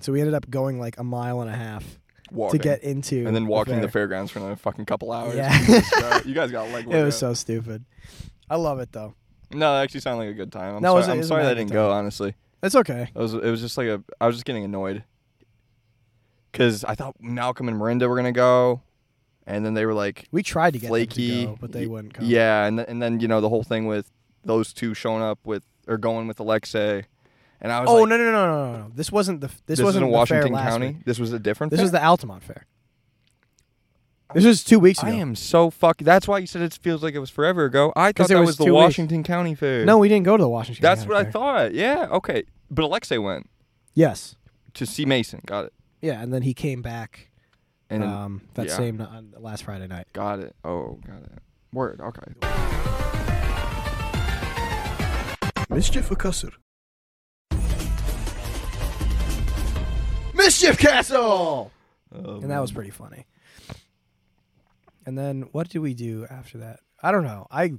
Speaker 3: So we ended up going like a mile and a half
Speaker 2: Walking.
Speaker 3: to get into
Speaker 2: and then
Speaker 3: the
Speaker 2: walking the
Speaker 3: fair.
Speaker 2: fairgrounds for another fucking couple hours.
Speaker 3: Yeah.
Speaker 2: Jesus, bro. you guys got leg.
Speaker 3: It
Speaker 2: workout.
Speaker 3: was so stupid. I love it though.
Speaker 2: No, it actually sounded like a good time. I'm
Speaker 3: No,
Speaker 2: sorry,
Speaker 3: it was a- it
Speaker 2: I'm
Speaker 3: was a
Speaker 2: sorry that I
Speaker 3: mega
Speaker 2: didn't
Speaker 3: good
Speaker 2: go.
Speaker 3: time.
Speaker 2: Honestly,
Speaker 3: That's okay.
Speaker 2: it was it was just like a. I was just getting annoyed because I thought Malcolm and Miranda were gonna go, and then they were like,
Speaker 3: We tried to get them
Speaker 2: Flaky.
Speaker 3: to go, but they
Speaker 2: Y-
Speaker 3: wouldn't come.
Speaker 2: yeah, and th- and then you know the whole thing with those two showing up with or going with Alexei, and I was
Speaker 3: Oh
Speaker 2: like,
Speaker 3: no no no no no no! This wasn't the this,
Speaker 2: this,
Speaker 3: wasn't
Speaker 2: isn't
Speaker 3: the fair
Speaker 2: Washington
Speaker 3: last
Speaker 2: County.
Speaker 3: week.
Speaker 2: This was a different.
Speaker 3: This was
Speaker 2: fair?
Speaker 3: the Altamont Fair. This was two weeks ago.
Speaker 2: I am so fuck. That's why you said it feels like it was forever ago. I thought
Speaker 3: 'Cause it
Speaker 2: that
Speaker 3: was
Speaker 2: was,
Speaker 3: two
Speaker 2: the
Speaker 3: weeks.
Speaker 2: Washington County Fair.
Speaker 3: No, we didn't go to the Washington.
Speaker 2: that's
Speaker 3: County
Speaker 2: what I
Speaker 3: Fair.
Speaker 2: thought. Yeah, okay, but Alexei went
Speaker 3: Yes.
Speaker 2: to see Mason. Got it.
Speaker 3: Yeah, and then he came back
Speaker 2: And then-
Speaker 3: um, that
Speaker 2: yeah.
Speaker 3: same on last Friday night.
Speaker 2: got it. Oh, got it. Word. Okay.
Speaker 1: Mischief وكسر
Speaker 3: Mischief Castle.
Speaker 2: Oh,
Speaker 3: and that was pretty funny. And then what did we do after that? I don't know. I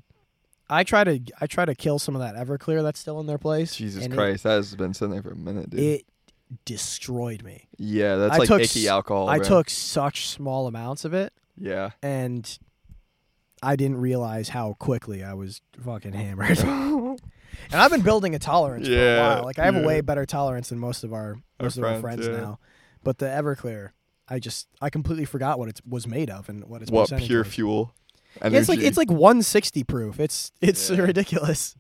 Speaker 3: I try to I try to kill some of that Everclear that's still in their place.
Speaker 2: Jesus
Speaker 3: and it-
Speaker 2: Christ, that has been sitting there for a minute, dude.
Speaker 3: It, destroyed me.
Speaker 2: yeah, that's
Speaker 3: I
Speaker 2: like
Speaker 3: took
Speaker 2: icky
Speaker 3: s-
Speaker 2: alcohol.
Speaker 3: I
Speaker 2: bro.
Speaker 3: took such small amounts of it
Speaker 2: Yeah.
Speaker 3: and I didn't realize how quickly I was fucking hammered. and
Speaker 2: yeah.
Speaker 3: I've been building a tolerance for a
Speaker 2: Yeah,
Speaker 3: while. Like I have a
Speaker 2: yeah.
Speaker 3: way better tolerance than most of our most of our
Speaker 2: friends,
Speaker 3: friends
Speaker 2: yeah.
Speaker 3: now. But the Everclear, I just I completely forgot what it was made of and what its
Speaker 2: What
Speaker 3: percentage
Speaker 2: pure
Speaker 3: was.
Speaker 2: fuel?
Speaker 3: Yeah, it's like
Speaker 2: Energy.
Speaker 3: it's like 160 proof. It's it's
Speaker 2: Yeah.
Speaker 3: ridiculous.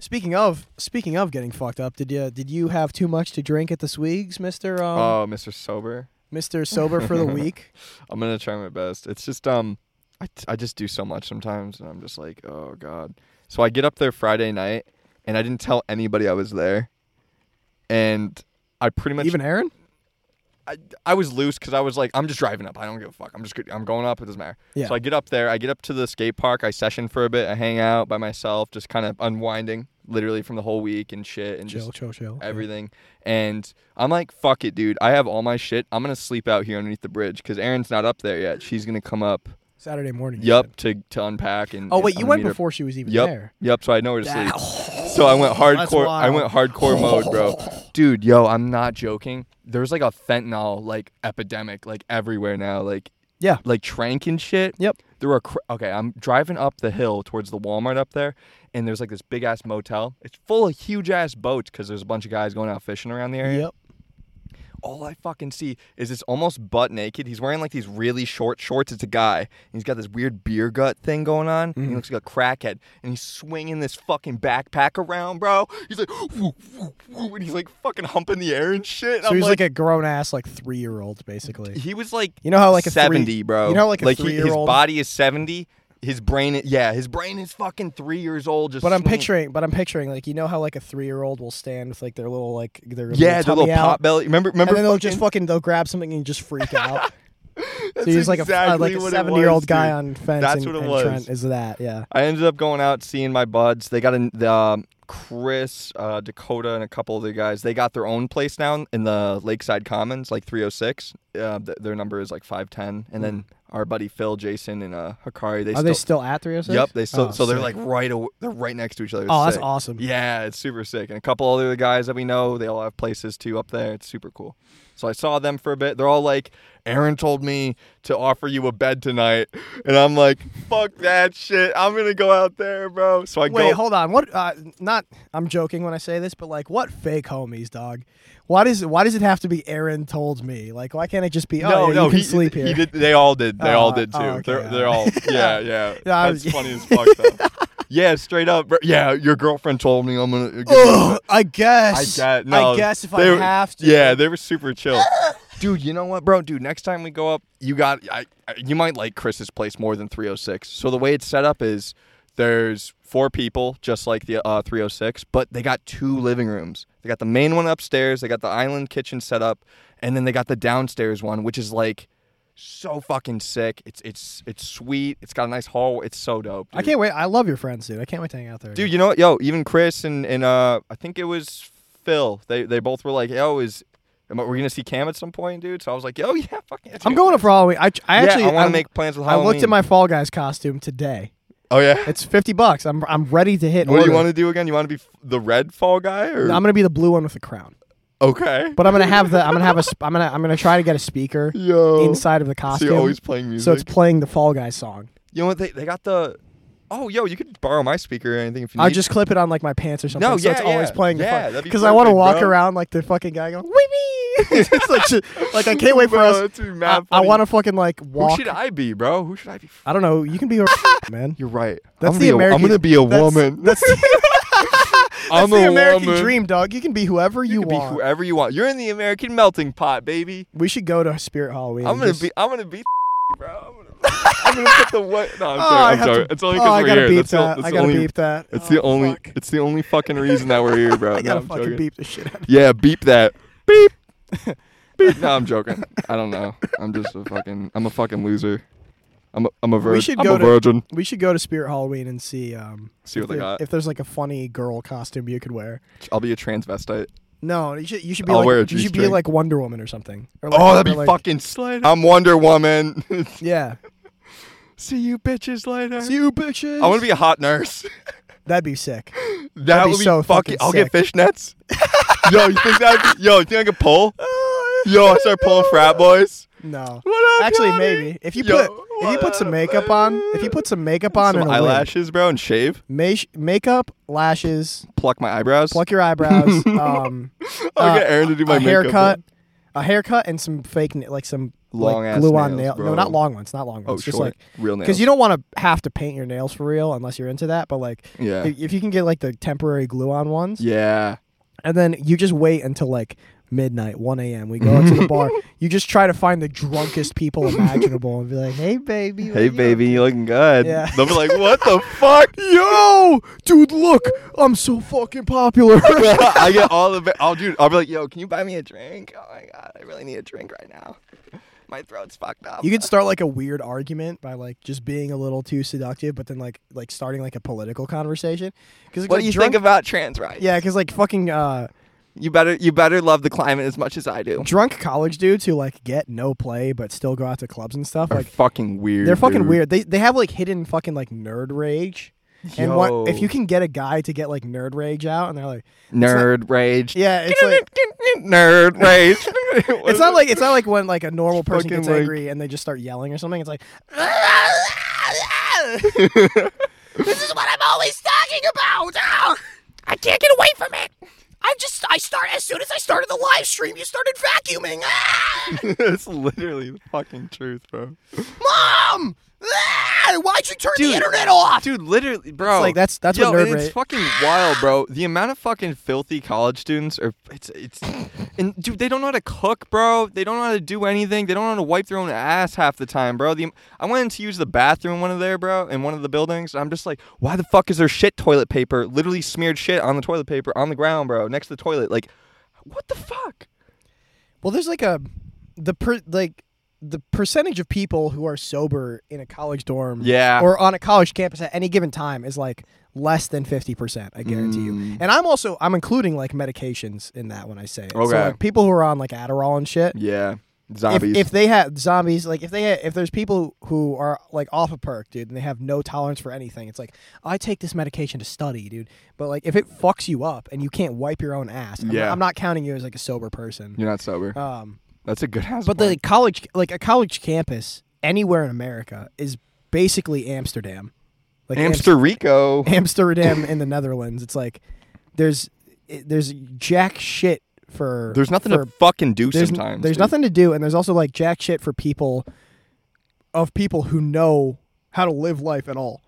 Speaker 3: Speaking of speaking of getting fucked up, did you did you have too much to drink at the Swigs, Mister um,
Speaker 2: Oh, Mr. Sober.
Speaker 3: Mister Sober for the week?
Speaker 2: I'm gonna try my best. It's just um, I, t- I just do so much sometimes, and I'm just like, oh god. So I get up there Friday night, and I didn't tell anybody I was there, and I pretty much
Speaker 3: Even Aaron?
Speaker 2: I, I was loose because I was like, I'm just driving up. I don't give a fuck. I'm just I'm going up. It doesn't matter.
Speaker 3: Yeah.
Speaker 2: So I get up there. I get up to the skate park. I session for a bit. I hang out by myself, just kind of unwinding, literally from the whole week and shit, and
Speaker 3: Chill,
Speaker 2: just
Speaker 3: chill, chill.
Speaker 2: everything. And I'm like, fuck it, dude. I have all my shit. I'm gonna sleep out here underneath the bridge because Erin's not up there yet. She's gonna come up.
Speaker 3: Saturday morning. you said.
Speaker 2: Yup, to to unpack and.
Speaker 3: Oh
Speaker 2: and
Speaker 3: wait,
Speaker 2: I'm
Speaker 3: you
Speaker 2: gonna
Speaker 3: went
Speaker 2: meet her-
Speaker 3: before she was even
Speaker 2: Yup.
Speaker 3: there.
Speaker 2: Yep. So I know where to sleep.
Speaker 3: That-
Speaker 2: So I went
Speaker 3: That's
Speaker 2: hardcore. I went
Speaker 3: wild.
Speaker 2: hardcore mode, bro. Dude, yo, I'm not joking. There's like a fentanyl like epidemic like everywhere now. Like
Speaker 3: Yeah.
Speaker 2: like trank and shit.
Speaker 3: Yep.
Speaker 2: There were cr- okay. I'm driving up the hill towards the Walmart up there, and there's like this big ass motel. It's full of huge ass boats because there's a bunch of guys going out fishing around the area.
Speaker 3: Yep.
Speaker 2: All I fucking see is this almost butt naked. He's wearing like these really short shorts. It's a guy. And he's got this weird beer gut thing going on.
Speaker 3: Mm.
Speaker 2: And he looks like a crackhead. And he's swinging this fucking backpack around, bro. He's like, woo, woo, woo, and he's like fucking humping the air and shit.
Speaker 3: So
Speaker 2: I'm
Speaker 3: he was
Speaker 2: like,
Speaker 3: like, a grown ass like three year old basically.
Speaker 2: he was like,
Speaker 3: You know how like a three-
Speaker 2: 70, bro.
Speaker 3: You know how, like a
Speaker 2: he-
Speaker 3: three year
Speaker 2: his
Speaker 3: old.
Speaker 2: body is 70. His brain, is, yeah, his brain is fucking three years old. Just
Speaker 3: But I'm
Speaker 2: swinging-
Speaker 3: picturing, but I'm picturing like you know how like a three year old will stand with like their little like their
Speaker 2: Yeah, the
Speaker 3: tummy
Speaker 2: little
Speaker 3: out?
Speaker 2: pot belly. Remember, remember,
Speaker 3: and then they'll
Speaker 2: fucking-
Speaker 3: just fucking they'll grab something and just freak out. so
Speaker 2: That's
Speaker 3: he's like a uh,
Speaker 2: exactly
Speaker 3: like a
Speaker 2: what it
Speaker 3: seventy year
Speaker 2: was,
Speaker 3: old guy
Speaker 2: dude.
Speaker 3: on fence.
Speaker 2: That's
Speaker 3: and,
Speaker 2: what it
Speaker 3: and
Speaker 2: was.
Speaker 3: Trent is that yeah?
Speaker 2: I ended up going out seeing my buds. They got in the um, Chris, uh, Dakota, and a couple other guys. They got their own place now in the Lakeside Commons, like 306. Uh, th- their number is like 510. And then our buddy Phil, Jason, and uh, Hikari. They
Speaker 3: Are
Speaker 2: still,
Speaker 3: they still at three hundred six?
Speaker 2: Yep, they still. so they're like right. Aw- they're right next to each other. It's
Speaker 3: oh, that's
Speaker 2: sick.
Speaker 3: awesome.
Speaker 2: Yeah, it's super sick. And a couple other guys that we know, they all have places too up there. It's super cool. So I saw them for a bit. They're all like, Aaron told me to offer you a bed tonight. And I'm like, fuck that shit. I'm going to go out there, bro. So I
Speaker 3: Wait,
Speaker 2: go.
Speaker 3: hold on. What? Uh, not. I'm joking when I say this, but like, what fake homies, dog? Why does Why does it have to be Aaron told me? Like, why can't it just be? Oh,
Speaker 2: no,
Speaker 3: yeah,
Speaker 2: no,
Speaker 3: you can
Speaker 2: he,
Speaker 3: sleep here.
Speaker 2: he did. They all did. They
Speaker 3: Oh,
Speaker 2: all did too.
Speaker 3: oh, okay,
Speaker 2: they're,
Speaker 3: all
Speaker 2: they're
Speaker 3: right.
Speaker 2: all. Yeah, yeah.
Speaker 3: No, I
Speaker 2: That's
Speaker 3: was-
Speaker 2: funny as fuck, though. yeah, straight up. bro. Yeah, your girlfriend told me I'm gonna.
Speaker 3: Ugh, I guess.
Speaker 2: I guess. No,
Speaker 3: I guess if
Speaker 2: they
Speaker 3: I
Speaker 2: were-
Speaker 3: have to.
Speaker 2: Yeah, they were super chill. Dude, you know what, bro? Dude, next time we go up, you got I, I- you might like Chris's place more than 306. So the way it's set up is there's four people just like the uh, 306, but they got two living rooms. They got the main one upstairs, they got the island kitchen set up, and then they got the downstairs one, which is like so fucking sick. It's it's it's sweet. It's got a nice hallway. It's so dope.
Speaker 3: I
Speaker 2: dude.
Speaker 3: can't wait. I love your friends, dude. I can't wait to hang out there.
Speaker 2: Dude, you know what? Yo, even Chris and and uh, I think it was Phil. They they both were like, "Yo, is am I, we're gonna see Cam at some point, dude?" So I was like, "Yo, yeah, fucking."
Speaker 3: I'm going to for Halloween. I, I
Speaker 2: Yeah,
Speaker 3: actually
Speaker 2: I want to
Speaker 3: I'm-
Speaker 2: make plans with
Speaker 3: I
Speaker 2: Halloween.
Speaker 3: looked at my Fall Guys costume today.
Speaker 2: Oh yeah.
Speaker 3: It's fifty bucks. I'm I'm ready to hit.
Speaker 2: What do
Speaker 3: order.
Speaker 2: you want to do again? You want to be f- the red fall guy or
Speaker 3: I'm gonna be the blue one with the crown.
Speaker 2: okay?
Speaker 3: But I'm gonna have the I'm gonna have a sp- I'm gonna I'm gonna try to get a speaker
Speaker 2: Yo,
Speaker 3: inside of the
Speaker 2: so
Speaker 3: costume.
Speaker 2: you're always playing music.
Speaker 3: so it's playing the Fall Guys song.
Speaker 2: you know what they they got the. Oh, yo, you could borrow my speaker or anything if you need.
Speaker 3: I'll just clip it on like my pants or something.
Speaker 2: No,
Speaker 3: so it's
Speaker 2: yeah,
Speaker 3: always
Speaker 2: yeah.
Speaker 3: playing
Speaker 2: Yeah,
Speaker 3: the
Speaker 2: that'd be
Speaker 3: because I want to
Speaker 2: perfect,
Speaker 3: walk
Speaker 2: bro.
Speaker 3: around like the fucking guy going wee It's like shit- like I can't wait for
Speaker 2: Bro,
Speaker 3: us.
Speaker 2: that'd be
Speaker 3: I,
Speaker 2: mad funny.
Speaker 3: want to fucking like
Speaker 2: Who
Speaker 3: walk.
Speaker 2: should I be, bro? Who should I be?
Speaker 3: I don't know. You can be a man.
Speaker 2: You're right.
Speaker 3: That's
Speaker 2: I'm gonna
Speaker 3: the
Speaker 2: be a-
Speaker 3: American.
Speaker 2: I'm gonna be a
Speaker 3: that's-
Speaker 2: woman.
Speaker 3: That's the,
Speaker 2: I'm
Speaker 3: that's the
Speaker 2: a
Speaker 3: American
Speaker 2: woman.
Speaker 3: dream, dog. You can be whoever you,
Speaker 2: You can be
Speaker 3: want.
Speaker 2: whoever you want. You're in the American melting pot, baby.
Speaker 3: We should go to Spirit Halloween.
Speaker 2: I'm
Speaker 3: and
Speaker 2: gonna
Speaker 3: just-
Speaker 2: be. I'm gonna be. Bro, I'm gonna, I'm gonna put the what? No, I'm
Speaker 3: Oh,
Speaker 2: sorry.
Speaker 3: I
Speaker 2: I'm
Speaker 3: have
Speaker 2: sorry.
Speaker 3: to-
Speaker 2: it's only
Speaker 3: oh, I
Speaker 2: because we're
Speaker 3: gotta
Speaker 2: here.
Speaker 3: beep
Speaker 2: that's the,
Speaker 3: that.
Speaker 2: that's
Speaker 3: I
Speaker 2: the
Speaker 3: gotta
Speaker 2: only,
Speaker 3: beep that.
Speaker 2: It's
Speaker 3: Oh,
Speaker 2: the only.
Speaker 3: fuck.
Speaker 2: It's the only fucking reason that we're here, bro.
Speaker 3: I
Speaker 2: no,
Speaker 3: gotta
Speaker 2: I'm
Speaker 3: fucking
Speaker 2: joking.
Speaker 3: beep the shit out. of
Speaker 2: Yeah, beep that. Beep. no, I'm joking. I don't know. I'm just a fucking. I'm a fucking loser. I'm a, I'm a virgin.
Speaker 3: We should
Speaker 2: I'm
Speaker 3: go
Speaker 2: a
Speaker 3: to-
Speaker 2: virgin.
Speaker 3: We should go to Spirit Halloween and see um
Speaker 2: See what
Speaker 3: if
Speaker 2: they
Speaker 3: there-
Speaker 2: got.
Speaker 3: If there's like a funny girl costume you could wear.
Speaker 2: I'll be a transvestite.
Speaker 3: No, you should you should be
Speaker 2: I'll
Speaker 3: like
Speaker 2: wear a
Speaker 3: you should be
Speaker 2: G-string.
Speaker 3: like Wonder Woman or something. Or like,
Speaker 2: Oh, that'd
Speaker 3: or
Speaker 2: be
Speaker 3: like-
Speaker 2: fucking slide. I'm Wonder Woman.
Speaker 3: Yeah.
Speaker 2: See you bitches later.
Speaker 3: See you bitches.
Speaker 2: I want to be a hot nurse.
Speaker 3: That'd be sick.
Speaker 2: That
Speaker 3: be
Speaker 2: would be
Speaker 3: so
Speaker 2: fucking.
Speaker 3: fucking
Speaker 2: I'll get fishnets. yo, you think that? Yo, you think I could pull? Yo, I start pulling frat boys.
Speaker 3: No.
Speaker 2: What up,
Speaker 3: Actually,
Speaker 2: Johnny?
Speaker 3: maybe if you
Speaker 2: Yo,
Speaker 3: put if you
Speaker 2: what
Speaker 3: put some
Speaker 2: up,
Speaker 3: makeup on, if you
Speaker 2: baby?
Speaker 3: put some makeup on
Speaker 2: some
Speaker 3: and a wig.
Speaker 2: eyelashes, bro, and shave.
Speaker 3: Ma- makeup, lashes,
Speaker 2: Pluck my eyebrows.
Speaker 3: pluck your eyebrows, um,
Speaker 2: I'll
Speaker 3: uh,
Speaker 2: get Aaron to do my
Speaker 3: a
Speaker 2: makeup.
Speaker 3: haircut, a haircut, and some fake na- like some like
Speaker 2: Long-ass
Speaker 3: glue on
Speaker 2: nails,
Speaker 3: nail. No,
Speaker 2: bro.
Speaker 3: not long ones, not long ones.
Speaker 2: Oh,
Speaker 3: just
Speaker 2: short.
Speaker 3: like
Speaker 2: Real nails.
Speaker 3: because you don't want to have to paint your nails for real unless you're into that. But like
Speaker 2: Yeah.
Speaker 3: if, if you can get like the temporary glue on ones,
Speaker 2: yeah.
Speaker 3: and then you just wait until like midnight, one a.m. We go out to the bar. You just try to find the drunkest people imaginable and be like, "Hey, baby, what
Speaker 2: Hey,
Speaker 3: you up
Speaker 2: baby, you looking good.
Speaker 3: Yeah.
Speaker 2: They'll be like, what the fuck?
Speaker 3: Yo, dude, look, I'm so fucking popular.
Speaker 2: I get all the. I'll do. I'll be like, yo, can you buy me a drink? Oh my god, I really need a drink right now. My throat's fucked up.
Speaker 3: you could start like a weird argument by like just being a little too seductive, but then like like starting like a political conversation. Because
Speaker 2: what do you think about trans rights?
Speaker 3: Yeah, because like fucking uh,
Speaker 2: You better. You better love the climate as much as I do.
Speaker 3: drunk college dudes who like get no play but still go out to clubs and stuff.
Speaker 2: Are
Speaker 3: Like
Speaker 2: fucking weird.
Speaker 3: they're fucking
Speaker 2: dude.
Speaker 3: weird. They they have like hidden fucking like nerd rage. And what if
Speaker 2: Yo.
Speaker 3: you can get a guy to get like nerd rage out, and they're like,
Speaker 2: Nerd rage.
Speaker 3: yeah, it's like
Speaker 2: Nerd rage.
Speaker 3: It's not like it's not like when like a normal person
Speaker 2: fucking,
Speaker 3: gets
Speaker 2: like-
Speaker 3: angry and they just start yelling or something. It's like "Ah."
Speaker 4: This is what I'm always talking about. Ah, I can't get away from it. I just, I start, as soon as I started the live stream, you started vacuuming. Ah,
Speaker 2: it's literally the fucking truth, bro.
Speaker 4: Mom! Ah, why'd you turn the internet off?
Speaker 2: Dude, literally, bro.
Speaker 3: like, that's- that's
Speaker 2: Yo,
Speaker 3: what nerd
Speaker 2: and it's
Speaker 3: rate-
Speaker 2: fucking wild, bro. The amount of fucking filthy college students are it's it's and dude, they don't know how to cook, bro. They don't know how to do anything. They don't know how to wipe their own ass half the time, bro. The I went in to use the bathroom in one of there, bro, in one of the buildings. And I'm just like, why the fuck is there shit toilet paper? Literally smeared shit on the toilet paper on the ground, bro, next to the toilet. Like, what the fuck?
Speaker 3: Well, there's like a the per, like the percentage of people who are sober in a college dorm
Speaker 2: Yeah.
Speaker 3: or on a college campus at any given time is like less than 50%, I guarantee you.
Speaker 2: Mm.
Speaker 3: And I'm also I'm including like medications in that when I say it. So
Speaker 2: Okay.
Speaker 3: like people who are on like Adderall and shit.
Speaker 2: Yeah,
Speaker 3: If,
Speaker 2: zombies.
Speaker 3: if they have zombies, like if they ha if there's people who are like off a perk, dude, and they have no tolerance for anything, it's like I take this medication to study, dude. But like if it fucks you up and you can't wipe your own ass, I'm,
Speaker 2: Yeah.
Speaker 3: I'm not counting you as like a sober person.
Speaker 2: You're not sober.
Speaker 3: Um,
Speaker 2: That's a good ass.
Speaker 3: but the college, like a college campus anywhere in America, is basically Amsterdam. Like Amst-
Speaker 2: Amster Rico.
Speaker 3: Amsterdam in the Netherlands. It's like there's it- there's jack shit for.
Speaker 2: There's nothing
Speaker 3: for,
Speaker 2: to fucking do
Speaker 3: there's,
Speaker 2: sometimes.
Speaker 3: There's
Speaker 2: dude.
Speaker 3: nothing to do, and there's also like jack shit for people of people who know how to live life at all.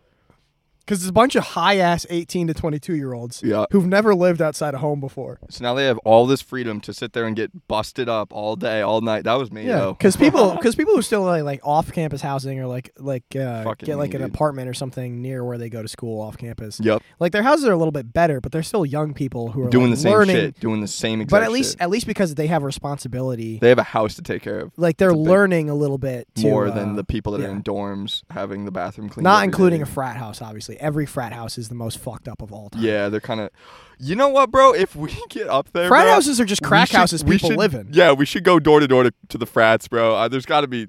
Speaker 3: Because there's a bunch of high ass 18 to 22 year olds
Speaker 2: Yeah.
Speaker 3: who've never lived outside of home before.
Speaker 2: So now they have all this freedom to sit there and get busted up all day, all night. That was me,
Speaker 3: Yeah,
Speaker 2: yo.
Speaker 3: because people because people who still like, like off campus housing or like like uh,
Speaker 2: Fucking
Speaker 3: get like
Speaker 2: me,
Speaker 3: an
Speaker 2: dude.
Speaker 3: apartment or something near where they go to school off campus.
Speaker 2: Yep.
Speaker 3: Like their houses are a little bit better, but they're still young people who are
Speaker 2: Doing
Speaker 3: like,
Speaker 2: the same
Speaker 3: learning.
Speaker 2: shit. Doing the same exact
Speaker 3: But at least
Speaker 2: shit.
Speaker 3: at least because they have responsibility,
Speaker 2: They have a house to take care of.
Speaker 3: like they're
Speaker 2: it's a big-
Speaker 3: learning a little bit to,
Speaker 2: More
Speaker 3: uh,
Speaker 2: than the people that
Speaker 3: yeah.
Speaker 2: are in dorms having the bathroom clean.
Speaker 3: Not including a frat house, obviously. Every frat house is the most fucked up of all time.
Speaker 2: yeah, they're kind of. You know what, bro? If we get up there,
Speaker 3: Frat
Speaker 2: bro,
Speaker 3: houses are just
Speaker 2: we
Speaker 3: crack
Speaker 2: should-
Speaker 3: houses
Speaker 2: we
Speaker 3: people
Speaker 2: should-
Speaker 3: live in.
Speaker 2: Yeah, we should go door to door to to the frats, bro. Uh, there's got to be.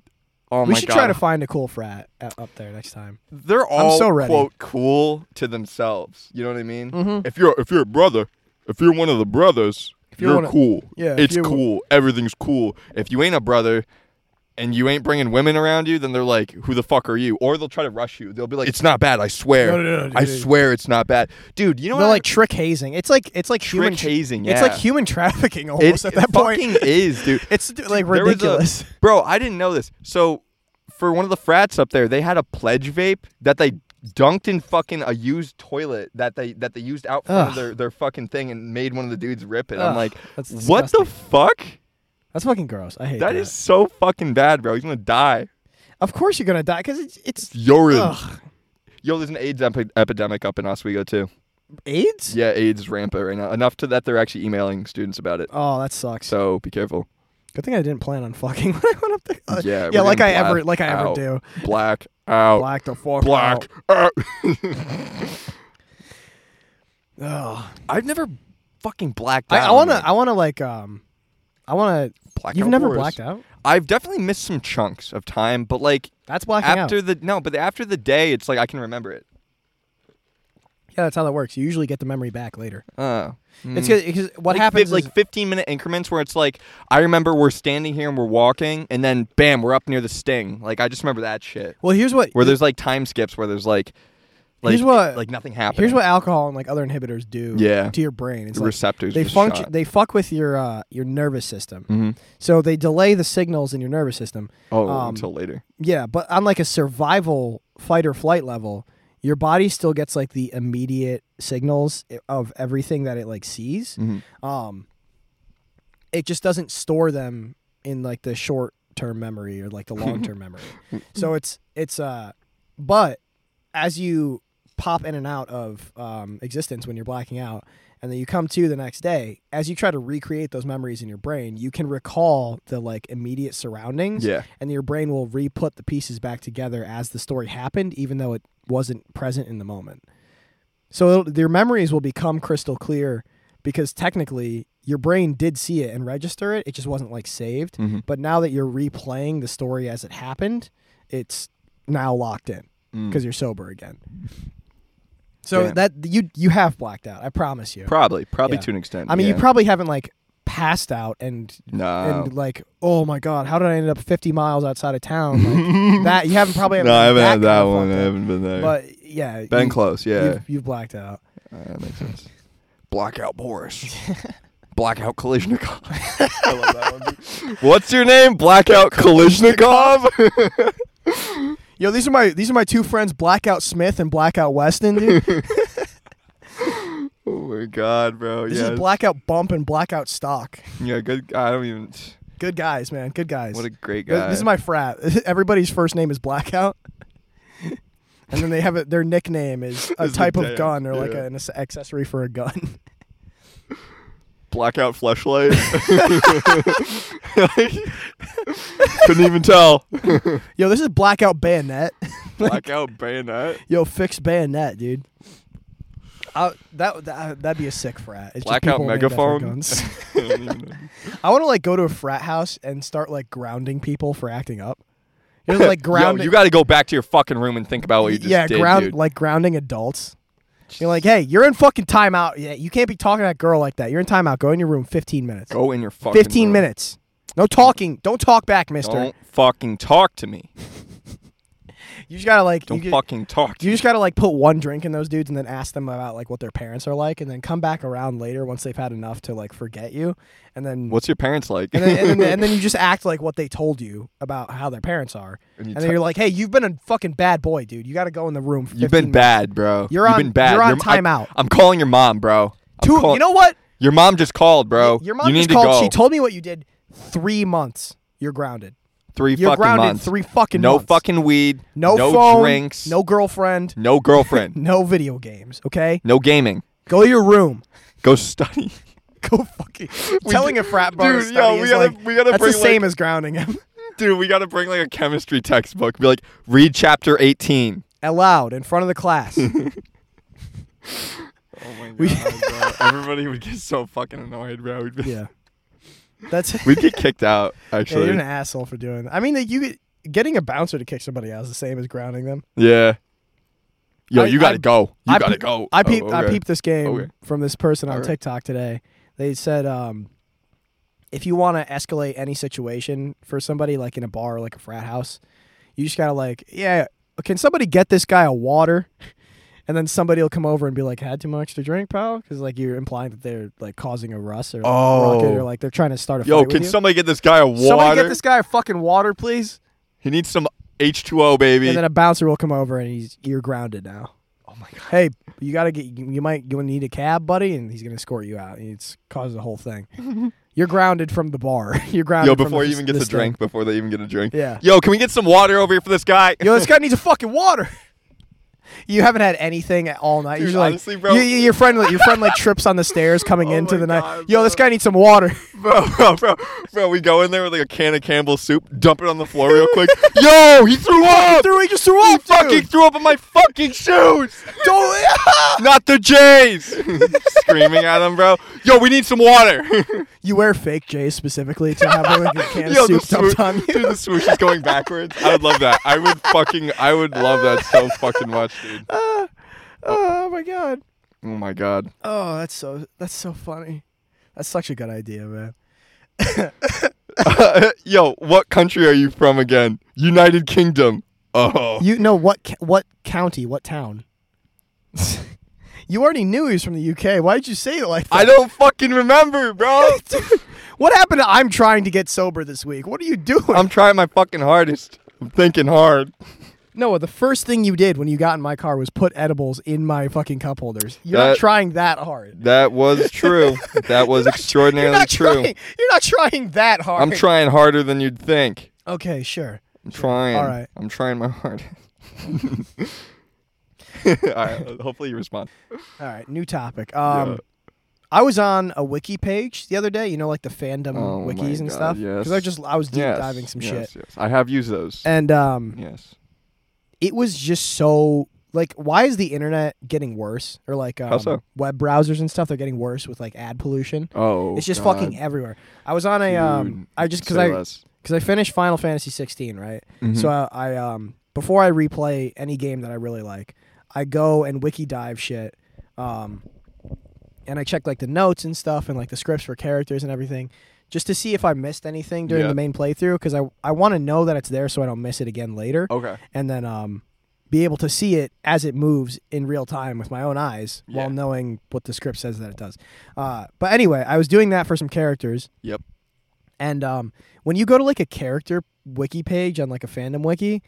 Speaker 2: Oh
Speaker 3: we
Speaker 2: my
Speaker 3: should
Speaker 2: god.
Speaker 3: try to find a cool frat uh, up there next time.
Speaker 2: they're all
Speaker 3: so ready.
Speaker 2: quote cool to themselves. You know what I mean? If you're if you're a brother, if you're one of the brothers,
Speaker 3: you're
Speaker 2: you're,
Speaker 3: one of-
Speaker 2: cool.
Speaker 3: Yeah, if
Speaker 2: it's
Speaker 3: you're-
Speaker 2: cool. Everything's cool. If you ain't a brother and you ain't bringing women around you, then they're like, "Who the fuck are you?" Or they'll try to rush you. They'll be like, "It's not bad. I swear.
Speaker 3: No, no, no, no,
Speaker 2: I
Speaker 3: dude.
Speaker 2: swear it's not bad, dude." You know
Speaker 3: They're
Speaker 2: what?
Speaker 3: like trick hazing. It's like it's like human
Speaker 2: Trick hazing,
Speaker 3: It's like
Speaker 2: yeah.
Speaker 3: human trafficking
Speaker 2: it,
Speaker 3: almost at that
Speaker 2: it
Speaker 3: point.
Speaker 2: fucking is, dude.
Speaker 3: It's
Speaker 2: There
Speaker 3: like
Speaker 2: was a-
Speaker 3: ridiculous.
Speaker 2: bro, I didn't know this. So, for one of the frats up there, they had a pledge vape that they dunked in fucking a used toilet that they that they used out front
Speaker 3: Ugh.
Speaker 2: of their, their fucking thing and made one of the dudes rip it.
Speaker 3: Ugh,
Speaker 2: I'm like,
Speaker 3: that's
Speaker 2: what the fuck?
Speaker 3: That's fucking gross. I hate that.
Speaker 2: That is so fucking bad, bro. He's gonna die.
Speaker 3: of course you're gonna die because it's, it's
Speaker 2: Urine.
Speaker 3: ugh.
Speaker 2: Yo, there's an AIDS epi- epidemic up in Oswego too.
Speaker 3: AIDS.
Speaker 2: Yeah, AIDS is rampant right now. Enough to that they're actually emailing students about it.
Speaker 3: Oh, that sucks.
Speaker 2: So be careful.
Speaker 3: Good thing I didn't plan on fucking when I went up there. Uh,
Speaker 2: Yeah,
Speaker 3: yeah,
Speaker 2: we're
Speaker 3: like I
Speaker 2: getting
Speaker 3: ever,
Speaker 2: blacked
Speaker 3: like I ever
Speaker 2: out.
Speaker 3: do.
Speaker 2: Black out.
Speaker 3: Black the fuck
Speaker 2: Black.
Speaker 3: out.
Speaker 2: out.
Speaker 3: Ugh.
Speaker 2: I've never fucking blacked
Speaker 3: I,
Speaker 2: out.
Speaker 3: I wanna, I wanna like, um, I wanna.
Speaker 2: Blackout
Speaker 3: You've never
Speaker 2: wars.
Speaker 3: blacked out.
Speaker 2: I've definitely missed some chunks of time, but like
Speaker 3: That's blacking
Speaker 2: after
Speaker 3: out.
Speaker 2: the no, but after the day, it's like I can remember it.
Speaker 3: Yeah, that's how that works. You usually get the memory back later.
Speaker 2: Uh,
Speaker 3: It's because
Speaker 2: like,
Speaker 3: what
Speaker 2: fif-
Speaker 3: happens
Speaker 2: like
Speaker 3: is
Speaker 2: 15 minute increments where it's like I remember we're standing here and we're walking, and then bam, we're up near the sting. Like I just remember that shit.
Speaker 3: well, here's what
Speaker 2: Where there's like time skips where there's like, like
Speaker 3: Here's what-
Speaker 2: like nothing happened.
Speaker 3: here's what alcohol and like other inhibitors do.
Speaker 2: Yeah.
Speaker 3: to your brain. It's
Speaker 2: Your
Speaker 3: like,
Speaker 2: receptors
Speaker 3: They
Speaker 2: just
Speaker 3: function.
Speaker 2: shot. Mm-hmm.
Speaker 3: They fuck with your uh, your nervous system. So they delay the signals in your nervous system.
Speaker 2: Oh,
Speaker 3: Um,
Speaker 2: until later.
Speaker 3: Yeah, but on like a survival fight or flight level, your body still gets like the immediate signals i- of everything that it like sees. Um, it just doesn't store them in like the short term memory or like the long term memory. So it's it's uh, but as you pop in and out of um, existence when you're blacking out, and then you come to the next day, as you try to recreate those memories in your brain, you can recall the like immediate surroundings
Speaker 2: Yeah.
Speaker 3: and your brain will re-put the pieces back together as the story happened, even though it wasn't present in the moment. So it'll- their memories will become crystal clear because technically your brain did see it and register it. It just wasn't like saved.
Speaker 2: Mhm.
Speaker 3: But now that you're replaying the story as it happened, it's now locked in because you're sober again. So
Speaker 2: Mm. Damn.
Speaker 3: that you you have blacked out. I promise you.
Speaker 2: Probably, probably
Speaker 3: Yeah.
Speaker 2: to an extent.
Speaker 3: I mean,
Speaker 2: yeah.
Speaker 3: you probably haven't like passed out and
Speaker 2: no.
Speaker 3: and like, oh my god, how did I end up 50 miles outside of town? Like, that you haven't probably haven't
Speaker 2: no, I haven't
Speaker 3: been
Speaker 2: had that
Speaker 3: kind of
Speaker 2: one. I
Speaker 3: fucked up.
Speaker 2: haven't been there.
Speaker 3: But yeah,
Speaker 2: been
Speaker 3: you-
Speaker 2: close. Yeah,
Speaker 3: You've, you've blacked out.
Speaker 2: Uh, that makes sense. Blackout Boris. Blackout Kalishnikov. I love that one. What's your name? Blackout Kalishnikov.
Speaker 3: Yo, these are my these are my two friends, Blackout Smith and Blackout Weston. Dude.
Speaker 2: oh my god, bro.
Speaker 3: This
Speaker 2: yeah.
Speaker 3: is Blackout Bump and Blackout Stock.
Speaker 2: yeah, good. I don't even.
Speaker 3: Good guys, man. Good guys.
Speaker 2: What a great
Speaker 3: Th-
Speaker 2: guy.
Speaker 3: This is my frat. Everybody's first name is Blackout. And then they have a, their nickname is a
Speaker 2: Is a
Speaker 3: type of
Speaker 2: damn-
Speaker 3: gun or like
Speaker 2: yeah.
Speaker 3: an ac- accessory for a gun.
Speaker 2: blackout flashlight. Couldn't even tell.
Speaker 3: Yo, this is Blackout Bayonet.
Speaker 2: Blackout bayonet.
Speaker 3: Yo, fix bayonet, dude. I, that that that'd be a sick frat. It's
Speaker 2: Blackout
Speaker 3: just people named after
Speaker 2: megaphone?
Speaker 3: guns.
Speaker 2: I don't even know.
Speaker 3: I want to like go to a frat house and start like grounding people for acting up. You know, like grounding.
Speaker 2: Yo, you got to go back to your fucking room and think about what you just
Speaker 3: yeah,
Speaker 2: did,
Speaker 3: ground
Speaker 2: dude.
Speaker 3: like grounding adults. You're like, hey, you're in fucking timeout. Yeah, you can't be talking to that girl like that. You're in timeout. Go in your room. Fifteen minutes.
Speaker 2: Go in your fucking.
Speaker 3: Fifteen
Speaker 2: room.
Speaker 3: minutes. No talking. Don't talk back, Mister.
Speaker 2: Don't fucking talk to me.
Speaker 3: You just gotta like.
Speaker 2: Don't
Speaker 3: you,
Speaker 2: fucking talk. To
Speaker 3: You just gotta like put one drink in those dudes and then ask them about like what their parents are like, and then come back around later once they've had enough to like forget you, and then
Speaker 2: What's your parents like?
Speaker 3: and then, and, then, and then you just act like what they told you about how their parents are,
Speaker 2: And
Speaker 3: and,
Speaker 2: you
Speaker 3: then
Speaker 2: te-
Speaker 3: you're like, hey, you've been a fucking bad boy, dude. You got to go in the room. For
Speaker 2: You've been
Speaker 3: 15
Speaker 2: bad, bro.
Speaker 3: You're
Speaker 2: You've
Speaker 3: on-
Speaker 2: been bad.
Speaker 3: you're on
Speaker 2: I'm-
Speaker 3: timeout.
Speaker 2: I'm calling your mom, bro. I'm
Speaker 3: Two,
Speaker 2: call-
Speaker 3: you know what?
Speaker 2: your mom just called, bro.
Speaker 3: Your mom
Speaker 2: you
Speaker 3: just
Speaker 2: need
Speaker 3: called.
Speaker 2: To go.
Speaker 3: She told me what you did. Three months. You're grounded.
Speaker 2: three
Speaker 3: You're
Speaker 2: fucking
Speaker 3: grounded.
Speaker 2: months.
Speaker 3: Three fucking
Speaker 2: no
Speaker 3: months.
Speaker 2: fucking weed.
Speaker 3: no,
Speaker 2: no
Speaker 3: phone.
Speaker 2: drinks.
Speaker 3: No girlfriend.
Speaker 2: no girlfriend.
Speaker 3: No video games. Okay.
Speaker 2: no gaming.
Speaker 3: Go to your room.
Speaker 2: Go study.
Speaker 3: Go fucking telling a frat bar.
Speaker 2: Dude,
Speaker 3: to
Speaker 2: yo,
Speaker 3: study
Speaker 2: we
Speaker 3: is
Speaker 2: gotta-
Speaker 3: like-
Speaker 2: we gotta
Speaker 3: That's
Speaker 2: bring,
Speaker 3: the same
Speaker 2: like-
Speaker 3: as grounding him.
Speaker 2: Dude, we gotta bring like a chemistry textbook. Be like, read chapter 18.
Speaker 3: Aloud in front of the class.
Speaker 2: Oh my god, bro. Everybody would get so fucking annoyed, bro. We'd, be-
Speaker 3: yeah. That's.
Speaker 2: We'd get kicked out,
Speaker 3: Yeah, you're
Speaker 2: actually.
Speaker 3: an asshole for doing. That. I mean, like, you get- getting a bouncer to kick somebody out is the same as grounding them.
Speaker 2: Yeah. Yo,
Speaker 3: I-
Speaker 2: you gotta
Speaker 3: I-
Speaker 2: go. You
Speaker 3: I
Speaker 2: gotta
Speaker 3: peep-
Speaker 2: go.
Speaker 3: I
Speaker 2: Oh,
Speaker 3: peep, I
Speaker 2: okay.
Speaker 3: peeped this game
Speaker 2: Okay.
Speaker 3: from this person on
Speaker 2: Alright.
Speaker 3: TikTok today. They said, um, if you want to escalate any situation for somebody, like in a bar, or like a frat house, you just gotta like, yeah, can somebody get this guy a water? And then somebody will come over and be like, "Had too much to drink, pal," because like you're implying that they're like causing a russ or like, rocket
Speaker 2: Oh.
Speaker 3: or like they're trying to start a
Speaker 2: Yo,
Speaker 3: fight with
Speaker 2: can
Speaker 3: you.
Speaker 2: somebody get this guy a water?
Speaker 3: Somebody get this guy a fucking water, please.
Speaker 2: He needs some H2O, baby.
Speaker 3: and then a bouncer will come over and he's you're grounded now.
Speaker 2: oh my god.
Speaker 3: Hey, you gotta get you might you need a cab, buddy, and he's gonna escort you out. And it's caused the whole thing. you're grounded from the bar. You're grounded.
Speaker 2: Yo,
Speaker 3: from
Speaker 2: before you
Speaker 3: this-
Speaker 2: even gets
Speaker 3: this
Speaker 2: a drink, before they even get a drink.
Speaker 3: Yeah.
Speaker 2: Yo, can we get some water over here for this guy?
Speaker 3: thing. Yo, this guy needs a fucking water. You haven't had anything all night.
Speaker 2: Dude,
Speaker 3: You're like,
Speaker 2: honestly, bro.
Speaker 3: you- you- your friend, your friend like trips on the stairs coming
Speaker 2: Oh
Speaker 3: into
Speaker 2: my
Speaker 3: the night.
Speaker 2: God,
Speaker 3: Yo, this
Speaker 2: bro.
Speaker 3: guy needs some water.
Speaker 2: bro, bro, bro, bro. We go in there with like a can of Campbell's soup, dump it on the floor real quick. Yo, he threw up.
Speaker 3: Threw, he just threw
Speaker 2: He
Speaker 3: up. dude.
Speaker 2: fucking threw up on my fucking shoes.
Speaker 3: Don't-
Speaker 2: Not the Jays. Screaming at him, bro. Yo, we need some water.
Speaker 3: You wear fake J's specifically to have like a can of
Speaker 2: Yo,
Speaker 3: soup
Speaker 2: swoo-
Speaker 3: dumped on you.
Speaker 2: dude, the swoosh is going backwards. I would love that. I would fucking, I would love that so fucking much, dude. Oh
Speaker 3: Oh my god.
Speaker 2: my god.
Speaker 3: Oh, that's so that's so funny. That's such a good idea, man.
Speaker 2: Yo, what country are you from again? United Kingdom. Oh.
Speaker 3: You know what? ca- What county? What town? you already knew he was from the UK. Why did you say it like that?
Speaker 2: I don't fucking remember, bro.
Speaker 3: What happened to I'm trying to get sober this week? What are you doing?
Speaker 2: I'm trying my fucking hardest. I'm thinking hard.
Speaker 3: Noah, the first thing you did when you got in my car was put edibles in my fucking cup holders. You're not
Speaker 2: That-
Speaker 3: trying that hard.
Speaker 2: That was true. That was
Speaker 3: You're
Speaker 2: extraordinarily
Speaker 3: not
Speaker 2: true.
Speaker 3: trying. You're not trying that hard.
Speaker 2: I'm trying harder than you'd think.
Speaker 3: Okay, sure.
Speaker 2: I'm trying.
Speaker 3: All right.
Speaker 2: I'm trying my hardest. All right. Hopefully you respond.
Speaker 3: All right, new topic. Um, I was on a wiki page the other day. You know, like the fandom
Speaker 2: Oh my
Speaker 3: wikis and
Speaker 2: God,
Speaker 3: stuff.
Speaker 2: yes.
Speaker 3: I just I was deep
Speaker 2: yes,
Speaker 3: diving some
Speaker 2: yes,
Speaker 3: shit,
Speaker 2: yes. I have used those.
Speaker 3: and um,
Speaker 2: yes.
Speaker 3: it was just so like, why is the internet getting worse? Or like um,
Speaker 2: so?
Speaker 3: web browsers and stuff, they're getting worse with like ad pollution.
Speaker 2: Oh.
Speaker 3: it's just
Speaker 2: God,
Speaker 3: fucking everywhere. I was on a
Speaker 2: dude.
Speaker 3: um, I just because
Speaker 2: Say
Speaker 3: I
Speaker 2: less.
Speaker 3: because I finished Final Fantasy 16, right? So I,
Speaker 2: Mm-hmm.
Speaker 3: I um before I replay any game that I really like, I go and wiki dive shit, um, and I check like the notes and stuff and like the scripts for characters and everything, just to see if I missed anything during
Speaker 2: Yeah.
Speaker 3: the main playthrough because I I want to know that it's there so I don't miss it again later,
Speaker 2: Okay.
Speaker 3: and then um be able to see it as it moves in real time with my own eyes while
Speaker 2: Yeah.
Speaker 3: knowing what the script says that it does. Uh, but anyway, I was doing that for some characters.
Speaker 2: Yep.
Speaker 3: And um, when you go to like a character wiki page on like a fandom wiki,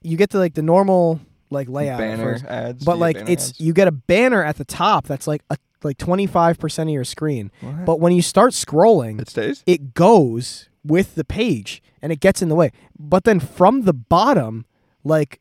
Speaker 3: you get to like the normal like layout at
Speaker 2: banner
Speaker 3: first.
Speaker 2: ads.
Speaker 3: but
Speaker 2: yeah,
Speaker 3: like
Speaker 2: banner
Speaker 3: it's
Speaker 2: ads.
Speaker 3: you get a banner at the top that's like a like twenty five percent of your screen.
Speaker 2: What?
Speaker 3: But when you start scrolling,
Speaker 2: it stays.
Speaker 3: it goes with the page and it gets in the way. But then from the bottom, like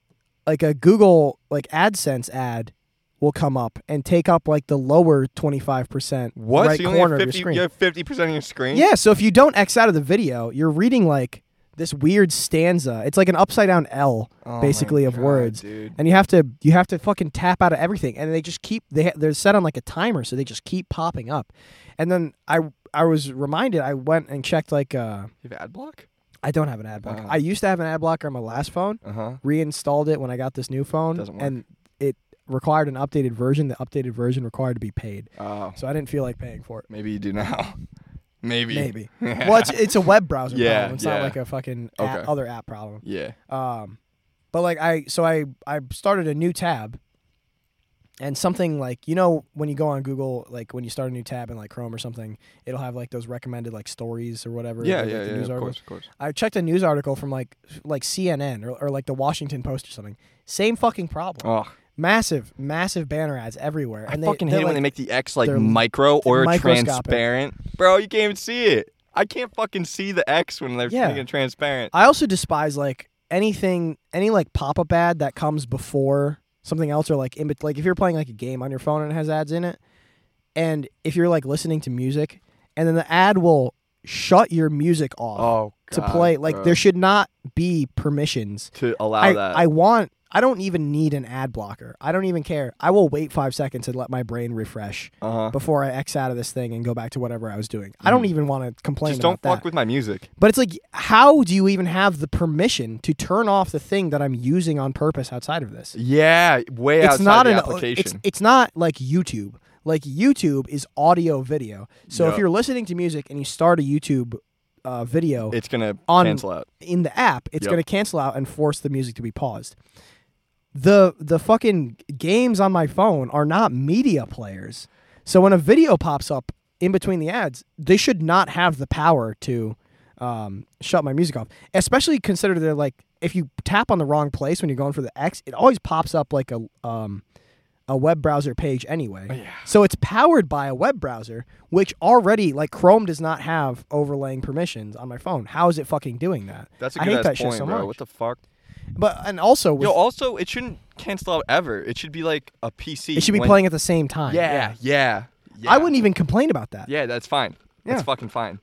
Speaker 3: like a Google like AdSense ad will come up and take up like the lower twenty five percent
Speaker 2: What?
Speaker 3: right
Speaker 2: so you only
Speaker 3: corner
Speaker 2: have
Speaker 3: of your
Speaker 2: 50,
Speaker 3: screen.
Speaker 2: you have 50% of your screen?
Speaker 3: Yeah, so if you don't X out of the video, you're reading like this weird stanza. It's like an upside down L
Speaker 2: Oh my
Speaker 3: basically of
Speaker 2: God,
Speaker 3: words.
Speaker 2: Dude.
Speaker 3: And you have to you have to fucking tap out of everything and they just keep they ha- they're set on like a timer so they just keep popping up. And then I I was reminded I went and checked like uh
Speaker 2: You have ad block?
Speaker 3: I don't have an ad blocker.
Speaker 2: Uh.
Speaker 3: I used to have an ad blocker on my last phone.
Speaker 2: Uh huh.
Speaker 3: Reinstalled it when I got this new phone
Speaker 2: Doesn't work.
Speaker 3: and it required an updated version. The updated version required to be paid.
Speaker 2: Oh.
Speaker 3: So I didn't feel like paying for it.
Speaker 2: Maybe you do now. Maybe.
Speaker 3: Maybe. well, it's, it's a web browser
Speaker 2: Yeah,
Speaker 3: problem. It's not
Speaker 2: yeah.
Speaker 3: like a fucking app-
Speaker 2: Okay.
Speaker 3: other app problem.
Speaker 2: Yeah.
Speaker 3: Um, but like I, so I, I started a new tab, and something like you know when you go on Google, like when you start a new tab in like Chrome or something, it'll have like those recommended like stories or whatever.
Speaker 2: Yeah,
Speaker 3: like,
Speaker 2: yeah,
Speaker 3: the
Speaker 2: yeah.
Speaker 3: news
Speaker 2: Of
Speaker 3: articles.
Speaker 2: course, of course.
Speaker 3: I checked a news article from like like CNN or, or like the Washington Post or something. Same fucking problem.
Speaker 2: Oh,
Speaker 3: Massive, massive banner ads everywhere.
Speaker 2: I
Speaker 3: and they,
Speaker 2: fucking hate
Speaker 3: they're,
Speaker 2: it when
Speaker 3: like-
Speaker 2: they make the X like
Speaker 3: they're
Speaker 2: micro or
Speaker 3: microscopic.
Speaker 2: transparent. Bro, you can't even see it. I can't fucking see the X when they're
Speaker 3: Yeah.
Speaker 2: making it transparent.
Speaker 3: I also despise like anything, any like pop up ad that comes before something else or like in bet- like if you're playing like a game on your phone and it has ads in it, and if you're like listening to music, and then the ad will shut your music off
Speaker 2: Oh,
Speaker 3: to
Speaker 2: God,
Speaker 3: play. Like
Speaker 2: bro.
Speaker 3: there should not be permissions.
Speaker 2: to allow
Speaker 3: I,
Speaker 2: that.
Speaker 3: I want. I don't even need an ad blocker. I don't even care. I will wait five seconds and let my brain refresh
Speaker 2: uh huh.
Speaker 3: before I X out of this thing and go back to whatever I was doing. I don't even want to complain
Speaker 2: Mm. Just don't
Speaker 3: about that.
Speaker 2: fuck with my music.
Speaker 3: But it's like, how do you even have the permission to turn off the thing that I'm using on purpose outside of this?
Speaker 2: Yeah, way
Speaker 3: it's
Speaker 2: outside
Speaker 3: not
Speaker 2: the
Speaker 3: an
Speaker 2: application.
Speaker 3: It's, it's not like YouTube. Like YouTube is audio video. So if
Speaker 2: Yeah.
Speaker 3: you're listening to music and you start a YouTube uh, video
Speaker 2: It's gonna
Speaker 3: on-
Speaker 2: cancel out.
Speaker 3: in the app, it's
Speaker 2: Yep.
Speaker 3: going to cancel out and force the music to be paused. The the fucking games on my phone are not media players. So when a video pops up in between the ads, they should not have the power to um, shut my music off. Especially consider they're like if you tap on the wrong place when you're going for the X, it always pops up like a um, a web browser page anyway.
Speaker 2: Oh,
Speaker 3: So it's powered by a web browser, which already like Chrome does not have overlaying permissions on my phone. How is it fucking doing that?
Speaker 2: That's a
Speaker 3: I
Speaker 2: good
Speaker 3: hate
Speaker 2: ass
Speaker 3: that
Speaker 2: point,
Speaker 3: shit so
Speaker 2: bro.
Speaker 3: much.
Speaker 2: What the fuck?
Speaker 3: but and also with,
Speaker 2: Yo, also it shouldn't cancel out ever. It should be like a PC.
Speaker 3: it should be
Speaker 2: when-
Speaker 3: playing at the same time.
Speaker 2: Yeah, yeah, yeah.
Speaker 3: I wouldn't even complain about that.
Speaker 2: Yeah, that's fine.
Speaker 3: Yeah.
Speaker 2: That's fucking fine.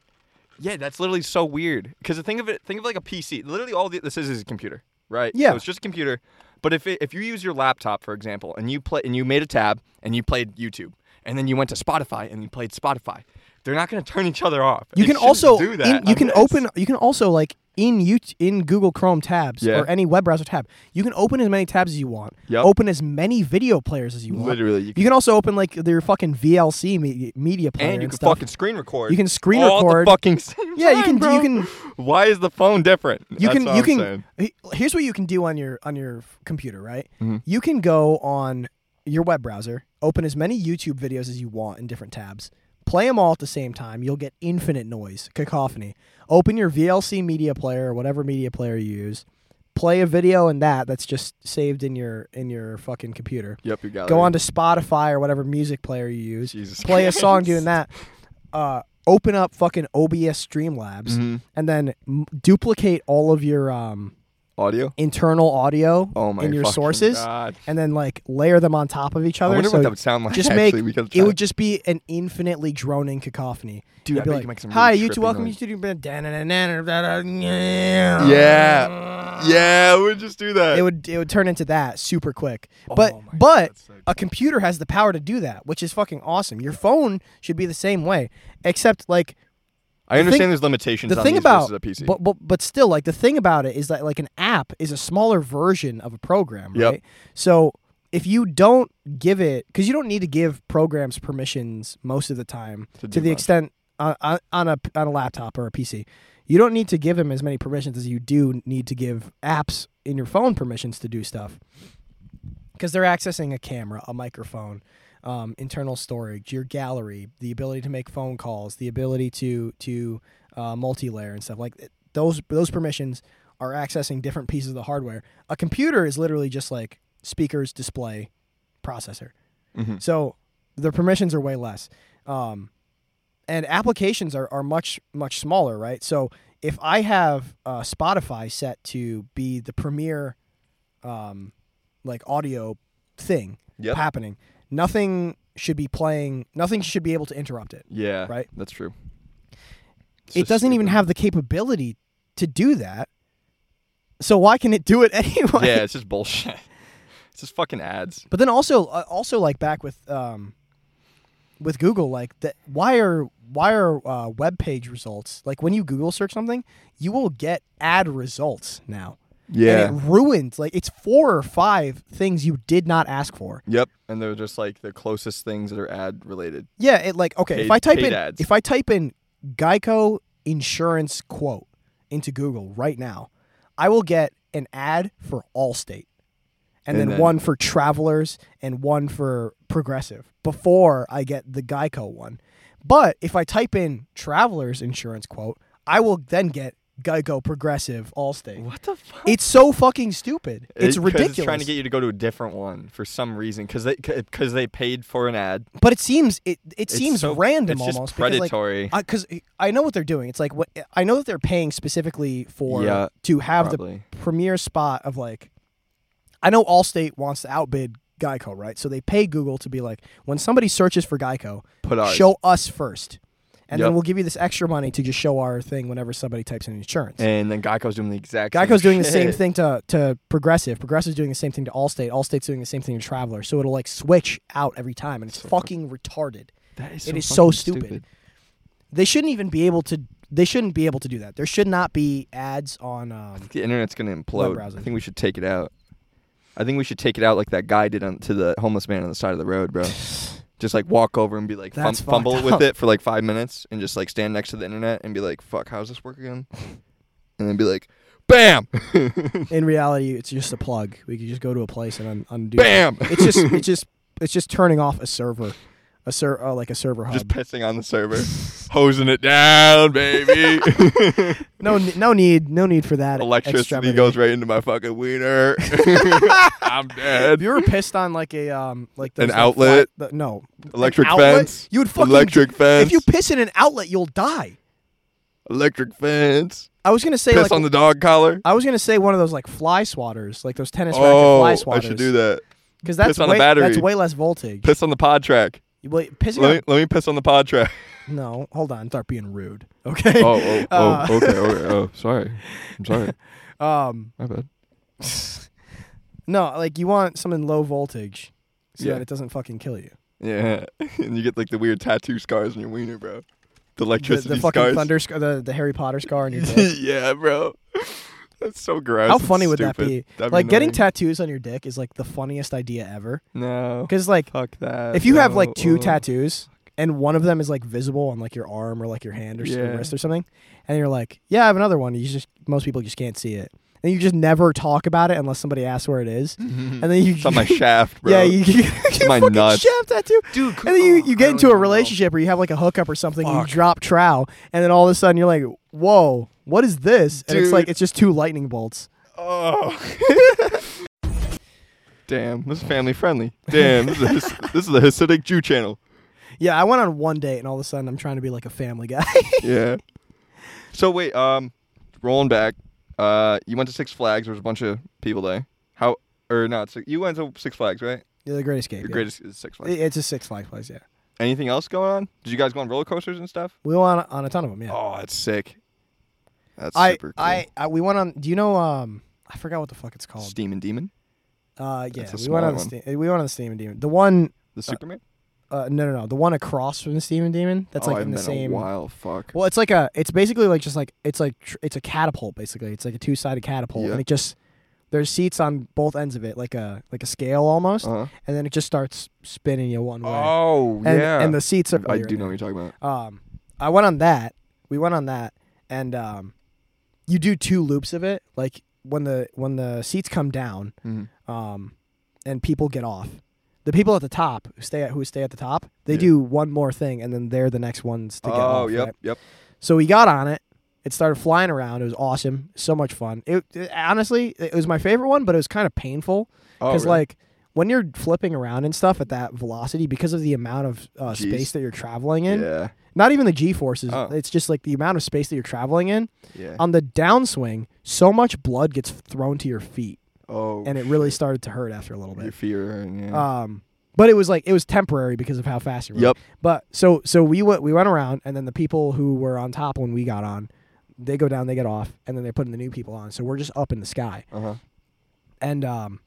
Speaker 2: Yeah, that's literally so weird. Because think of it, think of like a PC. Literally, all the, this is is a computer, right?
Speaker 3: Yeah.
Speaker 2: So it's just a computer. But if it, if you use your laptop, for example, and you play and you made a tab and you played YouTube, and then you went to Spotify and you played Spotify, they're not going to turn each other off.
Speaker 3: You
Speaker 2: It
Speaker 3: can
Speaker 2: shouldn't
Speaker 3: also
Speaker 2: do that.
Speaker 3: in- you
Speaker 2: on
Speaker 3: can
Speaker 2: this.
Speaker 3: open you can also like in you in Google Chrome tabs
Speaker 2: Yeah.
Speaker 3: or any web browser tab. You can open as many tabs as you want.
Speaker 2: Yep.
Speaker 3: Open as many video players as you want.
Speaker 2: Literally, you
Speaker 3: You can also open like your fucking VLC media, media player
Speaker 2: and you can
Speaker 3: stuff.
Speaker 2: fucking screen record.
Speaker 3: You can screen
Speaker 2: all
Speaker 3: record.
Speaker 2: The fucking same
Speaker 3: Yeah, you can-
Speaker 2: time,
Speaker 3: you
Speaker 2: bro.
Speaker 3: can-
Speaker 2: Why is the phone different?
Speaker 3: you
Speaker 2: That's
Speaker 3: can
Speaker 2: all
Speaker 3: you
Speaker 2: I'm
Speaker 3: can
Speaker 2: saying.
Speaker 3: he- here's what you can do on your on your f- computer right
Speaker 2: Mm-hmm.
Speaker 3: you can go on your web browser open as many youtube videos as you want in different tabs play them all at the same time you'll get infinite noise cacophony open your vlc media player or whatever media player you use play a video in that that's just saved in your in your fucking computer
Speaker 2: Yep, you got
Speaker 3: go on to spotify or whatever music player you use
Speaker 2: Jesus
Speaker 3: play a song
Speaker 2: Christ.
Speaker 3: doing that uh open up fucking obs streamlabs and then m- duplicate all of your um,
Speaker 2: audio.
Speaker 3: internal audio
Speaker 2: Oh my
Speaker 3: in your
Speaker 2: fucking
Speaker 3: sources,
Speaker 2: God.
Speaker 3: and then like layer them on top of each other.
Speaker 2: wonder
Speaker 3: so
Speaker 2: what that would sound like,
Speaker 3: Just
Speaker 2: actually.
Speaker 3: make
Speaker 2: We gotta try
Speaker 3: it would
Speaker 2: it.
Speaker 3: just be an infinitely droning cacophony.
Speaker 2: Dude,
Speaker 3: You'd
Speaker 2: I
Speaker 3: be
Speaker 2: bet you
Speaker 3: like,
Speaker 2: can make some
Speaker 3: "Hi,
Speaker 2: really
Speaker 3: you two,
Speaker 2: trippy
Speaker 3: welcome you
Speaker 2: noise."
Speaker 3: to yeah.
Speaker 2: Yeah. Yeah, we would just do that.
Speaker 3: It would it would turn into that super quick. But
Speaker 2: Oh my God,
Speaker 3: but
Speaker 2: that's so
Speaker 3: a computer has the power to do that, which is fucking awesome. Your phone should be the same way, except like
Speaker 2: I
Speaker 3: understand
Speaker 2: understand
Speaker 3: thing-
Speaker 2: there's limitations
Speaker 3: the
Speaker 2: on
Speaker 3: thing
Speaker 2: these
Speaker 3: about
Speaker 2: versus a PC.
Speaker 3: But, but but still like the thing about it is that like an app is a smaller version of a program
Speaker 2: Yep.
Speaker 3: right so if you don't give it because you don't need to give programs permissions most of the time to,
Speaker 2: do
Speaker 3: the
Speaker 2: much.
Speaker 3: extent on, on on a on a laptop or a pc you don't need to give them as many permissions as you do need to give apps in your phone permissions to do stuff because they're accessing a camera, a microphone, um, internal storage, your gallery, the ability to make phone calls, the ability to to uh, multi-layer and stuff like th- those. Those permissions are accessing different pieces of the hardware. A computer is literally just like speakers, display, processor.
Speaker 2: Mhm.
Speaker 3: So the permissions are way less. Um, and applications are, are much much smaller, right? So if I have uh, Spotify set to be the premier um, like audio thing
Speaker 2: Yep.
Speaker 3: happening, nothing should be playing. Nothing should be able to interrupt it.
Speaker 2: yeah.
Speaker 3: right?
Speaker 2: That's true. It's
Speaker 3: it
Speaker 2: just
Speaker 3: doesn't even
Speaker 2: stupid.
Speaker 3: have the capability to do that. So why can it do it anyway?
Speaker 2: Yeah, it's just bullshit. It's just fucking ads.
Speaker 3: But then also, uh, also like back with um, with Google, like that. Why are why are uh, web page results like when you Google search something, you will get ad results now. and it ruined like it's four or five things you did not ask for.
Speaker 2: Yep. And they're just like the closest things that are ad related.
Speaker 3: Yeah, it like okay, if
Speaker 2: Paid-
Speaker 3: I type
Speaker 2: paid
Speaker 3: in
Speaker 2: ads.
Speaker 3: if I type in Geico insurance quote into Google right now, I will get an ad for Allstate. And,
Speaker 2: And
Speaker 3: then,
Speaker 2: then-
Speaker 3: one for Travelers and one for Progressive before I get the Geico one. But if I type in Travelers insurance quote, I will then get Geico Progressive Allstate.
Speaker 2: What the fuck?
Speaker 3: It's so fucking stupid. It's
Speaker 2: It- 'cause
Speaker 3: ridiculous.
Speaker 2: It's trying to get you to go to a different one for some reason because they because they paid for an ad.
Speaker 3: But it seems it it seems
Speaker 2: so-
Speaker 3: random
Speaker 2: it's just
Speaker 3: almost
Speaker 2: predatory.
Speaker 3: Because like, I, 'cause I know what they're doing. It's like what I know that they're paying specifically for
Speaker 2: Yeah,
Speaker 3: to have
Speaker 2: probably.
Speaker 3: the premier spot of like. I know Allstate wants to outbid Geico, right? So they pay Google to be like, when somebody searches for Geico,
Speaker 2: Put ours.
Speaker 3: show us first, and then
Speaker 2: Yep.
Speaker 3: we'll give you this extra money to just show our thing whenever somebody types in insurance.
Speaker 2: And then Geico's doing the exact.
Speaker 3: Geico's
Speaker 2: same
Speaker 3: doing the same
Speaker 2: shit.
Speaker 3: thing to, to Progressive. Progressive's doing the same thing to Allstate. Allstate's doing the same thing to Traveler. So it'll like switch out every time, and it's fucking retarded.
Speaker 2: That is
Speaker 3: It is so
Speaker 2: fucking
Speaker 3: stupid. They shouldn't even be able to. They shouldn't be able to do that. There should not be ads on. Um,
Speaker 2: The internet's gonna implode.
Speaker 3: browser.
Speaker 2: I think we should take it out. I think we should take it out like that guy did on, to the homeless man on the side of the road, bro. just like walk over and be like fum-
Speaker 3: That's fucked
Speaker 2: fumble
Speaker 3: up.
Speaker 2: with it for like five minutes, and just like stand next to the internet and be like, "Fuck, how's this work again?" And then be like, "Bam,
Speaker 3: in reality, it's just a plug. We could just go to a place and un- undo. it.
Speaker 2: bam."
Speaker 3: It's just. It's just. It's just turning off a server, a ser- uh, like a server hub.
Speaker 2: just pissing on the server, hosing it down, baby.
Speaker 3: no, n- no need, no need for that.
Speaker 2: Electricity
Speaker 3: extremity.
Speaker 2: goes right into my fucking wiener. I'm
Speaker 3: Have
Speaker 2: dead.
Speaker 3: you ever pissed on like a um like those,
Speaker 2: An
Speaker 3: like,
Speaker 2: outlet?
Speaker 3: flat- the- no,
Speaker 2: Electric
Speaker 3: outlet?
Speaker 2: fence.
Speaker 3: You would fucking
Speaker 2: Electric fence.
Speaker 3: If you piss in an outlet, you'll die.
Speaker 2: electric fence,
Speaker 3: I was gonna say
Speaker 2: piss
Speaker 3: like
Speaker 2: on the dog collar.
Speaker 3: I was gonna say one of those like fly swatters, like those tennis racket
Speaker 2: Oh,
Speaker 3: fly
Speaker 2: I
Speaker 3: swatters.
Speaker 2: should do that.
Speaker 3: Because
Speaker 2: Piss
Speaker 3: that's
Speaker 2: on a
Speaker 3: way that's
Speaker 2: battery.
Speaker 3: way less voltage.
Speaker 2: Piss on the pod track.
Speaker 3: You- well, pissing
Speaker 2: Let me,
Speaker 3: on-
Speaker 2: let me piss on the pod track.
Speaker 3: no, hold on, start being rude. Okay.
Speaker 2: Oh, oh, oh,
Speaker 3: Uh,
Speaker 2: okay, okay. Oh, sorry. I'm sorry.
Speaker 3: Um,
Speaker 2: My bad.
Speaker 3: no, like you want something low voltage, so
Speaker 2: Yeah.
Speaker 3: that it doesn't fucking kill you.
Speaker 2: Yeah, and you get like the weird tattoo scars in your wiener, bro. The
Speaker 3: The,
Speaker 2: electricity
Speaker 3: the fucking
Speaker 2: scars.
Speaker 3: thunder, sc- the, the Harry Potter scar on your dick.
Speaker 2: yeah, bro. That's so gross.
Speaker 3: How
Speaker 2: It's
Speaker 3: funny would that
Speaker 2: stupid.
Speaker 3: be?
Speaker 2: That'd
Speaker 3: like getting
Speaker 2: annoying.
Speaker 3: tattoos on your dick is like the funniest idea ever.
Speaker 2: no.
Speaker 3: Because like
Speaker 2: Fuck that.
Speaker 3: if you have
Speaker 2: no,
Speaker 3: like two
Speaker 2: oh.
Speaker 3: tattoos and one of them is like visible on like your arm or like your hand or s- your
Speaker 2: Yeah.
Speaker 3: wrist or something, and you're like, yeah, I have another one. You just most people just can't see it, and you just never talk about it unless somebody asks where it is, and then you
Speaker 2: Mm-hmm. It's on my shaft, bro.
Speaker 3: yeah you, you, you
Speaker 2: my
Speaker 3: fucking
Speaker 2: nuts.
Speaker 3: shaft tattoo.
Speaker 2: dude.
Speaker 3: And then you, you get into a relationship or you have like a hookup or something, and you
Speaker 2: Fuck.
Speaker 3: drop trow, and then all of a sudden you're like, whoa, what is this? And it's like,
Speaker 2: Dude.
Speaker 3: it's just two lightning bolts.
Speaker 2: Oh. Damn, this is family friendly. Damn, this is a, Has- this is a Hasidic Jew channel.
Speaker 3: Yeah, I went on one date, and all of a sudden I'm trying to be like a family guy.
Speaker 2: Yeah. So wait, um, rolling back, uh, you went to Six Flags. There was a bunch of people there. How or not? Six, you went to Six Flags, right?
Speaker 3: You're the great escape.
Speaker 2: Your
Speaker 3: yeah.
Speaker 2: greatest is Six Flags.
Speaker 3: It- It's a Six Flags place, yeah.
Speaker 2: Anything else going on? Did you guys go on roller coasters and stuff?
Speaker 3: We went on, on a ton of them, yeah.
Speaker 2: Oh, that's sick. That's
Speaker 3: I,
Speaker 2: super cool.
Speaker 3: I, I, we went on. Do you know? Um, I forgot what the fuck it's called.
Speaker 2: Steam and Demon,
Speaker 3: Uh, yeah,
Speaker 2: That's a
Speaker 3: we went
Speaker 2: smaller
Speaker 3: on the
Speaker 2: one.
Speaker 3: steam, we went on the Steam and Demon. The one,
Speaker 2: the Superman.
Speaker 3: uh, no, no, no, the one across from the Steam and Demon. That's
Speaker 2: oh,
Speaker 3: like
Speaker 2: I
Speaker 3: in
Speaker 2: haven't
Speaker 3: the
Speaker 2: been
Speaker 3: same.
Speaker 2: a while. Fuck.
Speaker 3: Well, it's like a. It's basically like just like it's like tr- it's a catapult basically. It's like a two sided catapult,
Speaker 2: Yeah.
Speaker 3: and it just there's seats on both ends of it, like a like a scale almost,
Speaker 2: Uh-huh.
Speaker 3: and then it just starts spinning you one way.
Speaker 2: Oh
Speaker 3: and,
Speaker 2: yeah.
Speaker 3: and the seats are.
Speaker 2: I
Speaker 3: you're
Speaker 2: do
Speaker 3: in
Speaker 2: know what you're talking about.
Speaker 3: um, I went on that. We went on that, and um, you do two loops of it. Like when the when the seats come down,
Speaker 2: Mhm.
Speaker 3: um, and people get off. The people at the top who stay at who stay at the top, they
Speaker 2: Yeah.
Speaker 3: do one more thing, and then they're the next ones to get off.
Speaker 2: Oh, yep,
Speaker 3: right?
Speaker 2: yep.
Speaker 3: So we got on it. It started flying around. It was awesome. So much fun. It, it- honestly, it was my favorite one, but it was kind of painful
Speaker 2: Oh,
Speaker 3: because
Speaker 2: really?
Speaker 3: like when you're flipping around and stuff at that velocity, because of the amount of uh,
Speaker 2: Jeez.
Speaker 3: space that you're traveling in,
Speaker 2: yeah,
Speaker 3: not even the G forces.
Speaker 2: Oh.
Speaker 3: It's just like the amount of space that you're traveling in.
Speaker 2: yeah.
Speaker 3: On the downswing, so much blood gets thrown to your feet,
Speaker 2: oh,
Speaker 3: and it really started to hurt after a little
Speaker 2: your
Speaker 3: bit.
Speaker 2: Oh, fear. And, yeah.
Speaker 3: Um, but it was like it was temporary because of how fast you were.
Speaker 2: Yep.
Speaker 3: But so so we went we went around, and then the people who were on top when we got on, they go down, they get off, and then they're putting the new people on. So we're just up in the sky,
Speaker 2: Uh huh.
Speaker 3: and um,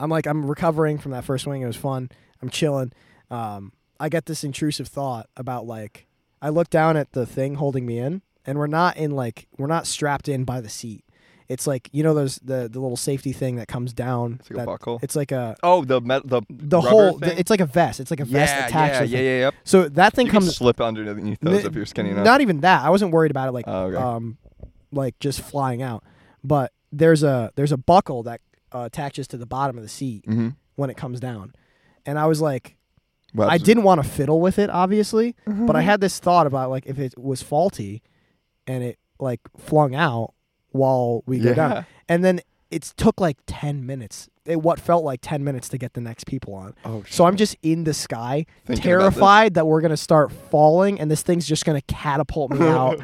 Speaker 3: I'm like I'm recovering from that first swing. It was fun. I'm chilling. Um, I get this intrusive thought about like I look down at the thing holding me in, and we're not in like we're not strapped in by the seat. It's like you know those the the little safety thing that comes down.
Speaker 2: It's like a
Speaker 3: that-
Speaker 2: buckle?
Speaker 3: It's like a
Speaker 2: Oh, the met, the
Speaker 3: the
Speaker 2: rubber
Speaker 3: whole.
Speaker 2: Thing?
Speaker 3: The, it's like a vest. It's like a vest
Speaker 2: yeah,
Speaker 3: attached.
Speaker 2: yeah,
Speaker 3: to the
Speaker 2: yeah,
Speaker 3: thing.
Speaker 2: yeah, yep.
Speaker 3: So that thing
Speaker 2: You can
Speaker 3: comes
Speaker 2: slip underneath those
Speaker 3: N-
Speaker 2: if you're skinny enough.
Speaker 3: Not even that. I wasn't worried about it like
Speaker 2: Oh, okay.
Speaker 3: um like just flying out. But there's a there's a buckle that uh, attaches to the bottom of the seat
Speaker 2: Mhm.
Speaker 3: when it comes down. And I was like
Speaker 2: Well,
Speaker 3: I
Speaker 2: that's- Mm-hmm.
Speaker 3: didn't want to fiddle with it obviously, but I had this thought about like if it was faulty and it like flung out while we go
Speaker 2: Yeah.
Speaker 3: down. And then it's took like 10 minutes. It what felt like 10 minutes to get the next people on.
Speaker 2: Oh,
Speaker 3: So I'm just in the sky,
Speaker 2: Thinking about this.
Speaker 3: terrified that we're gonna start falling, and this thing's just gonna catapult me out.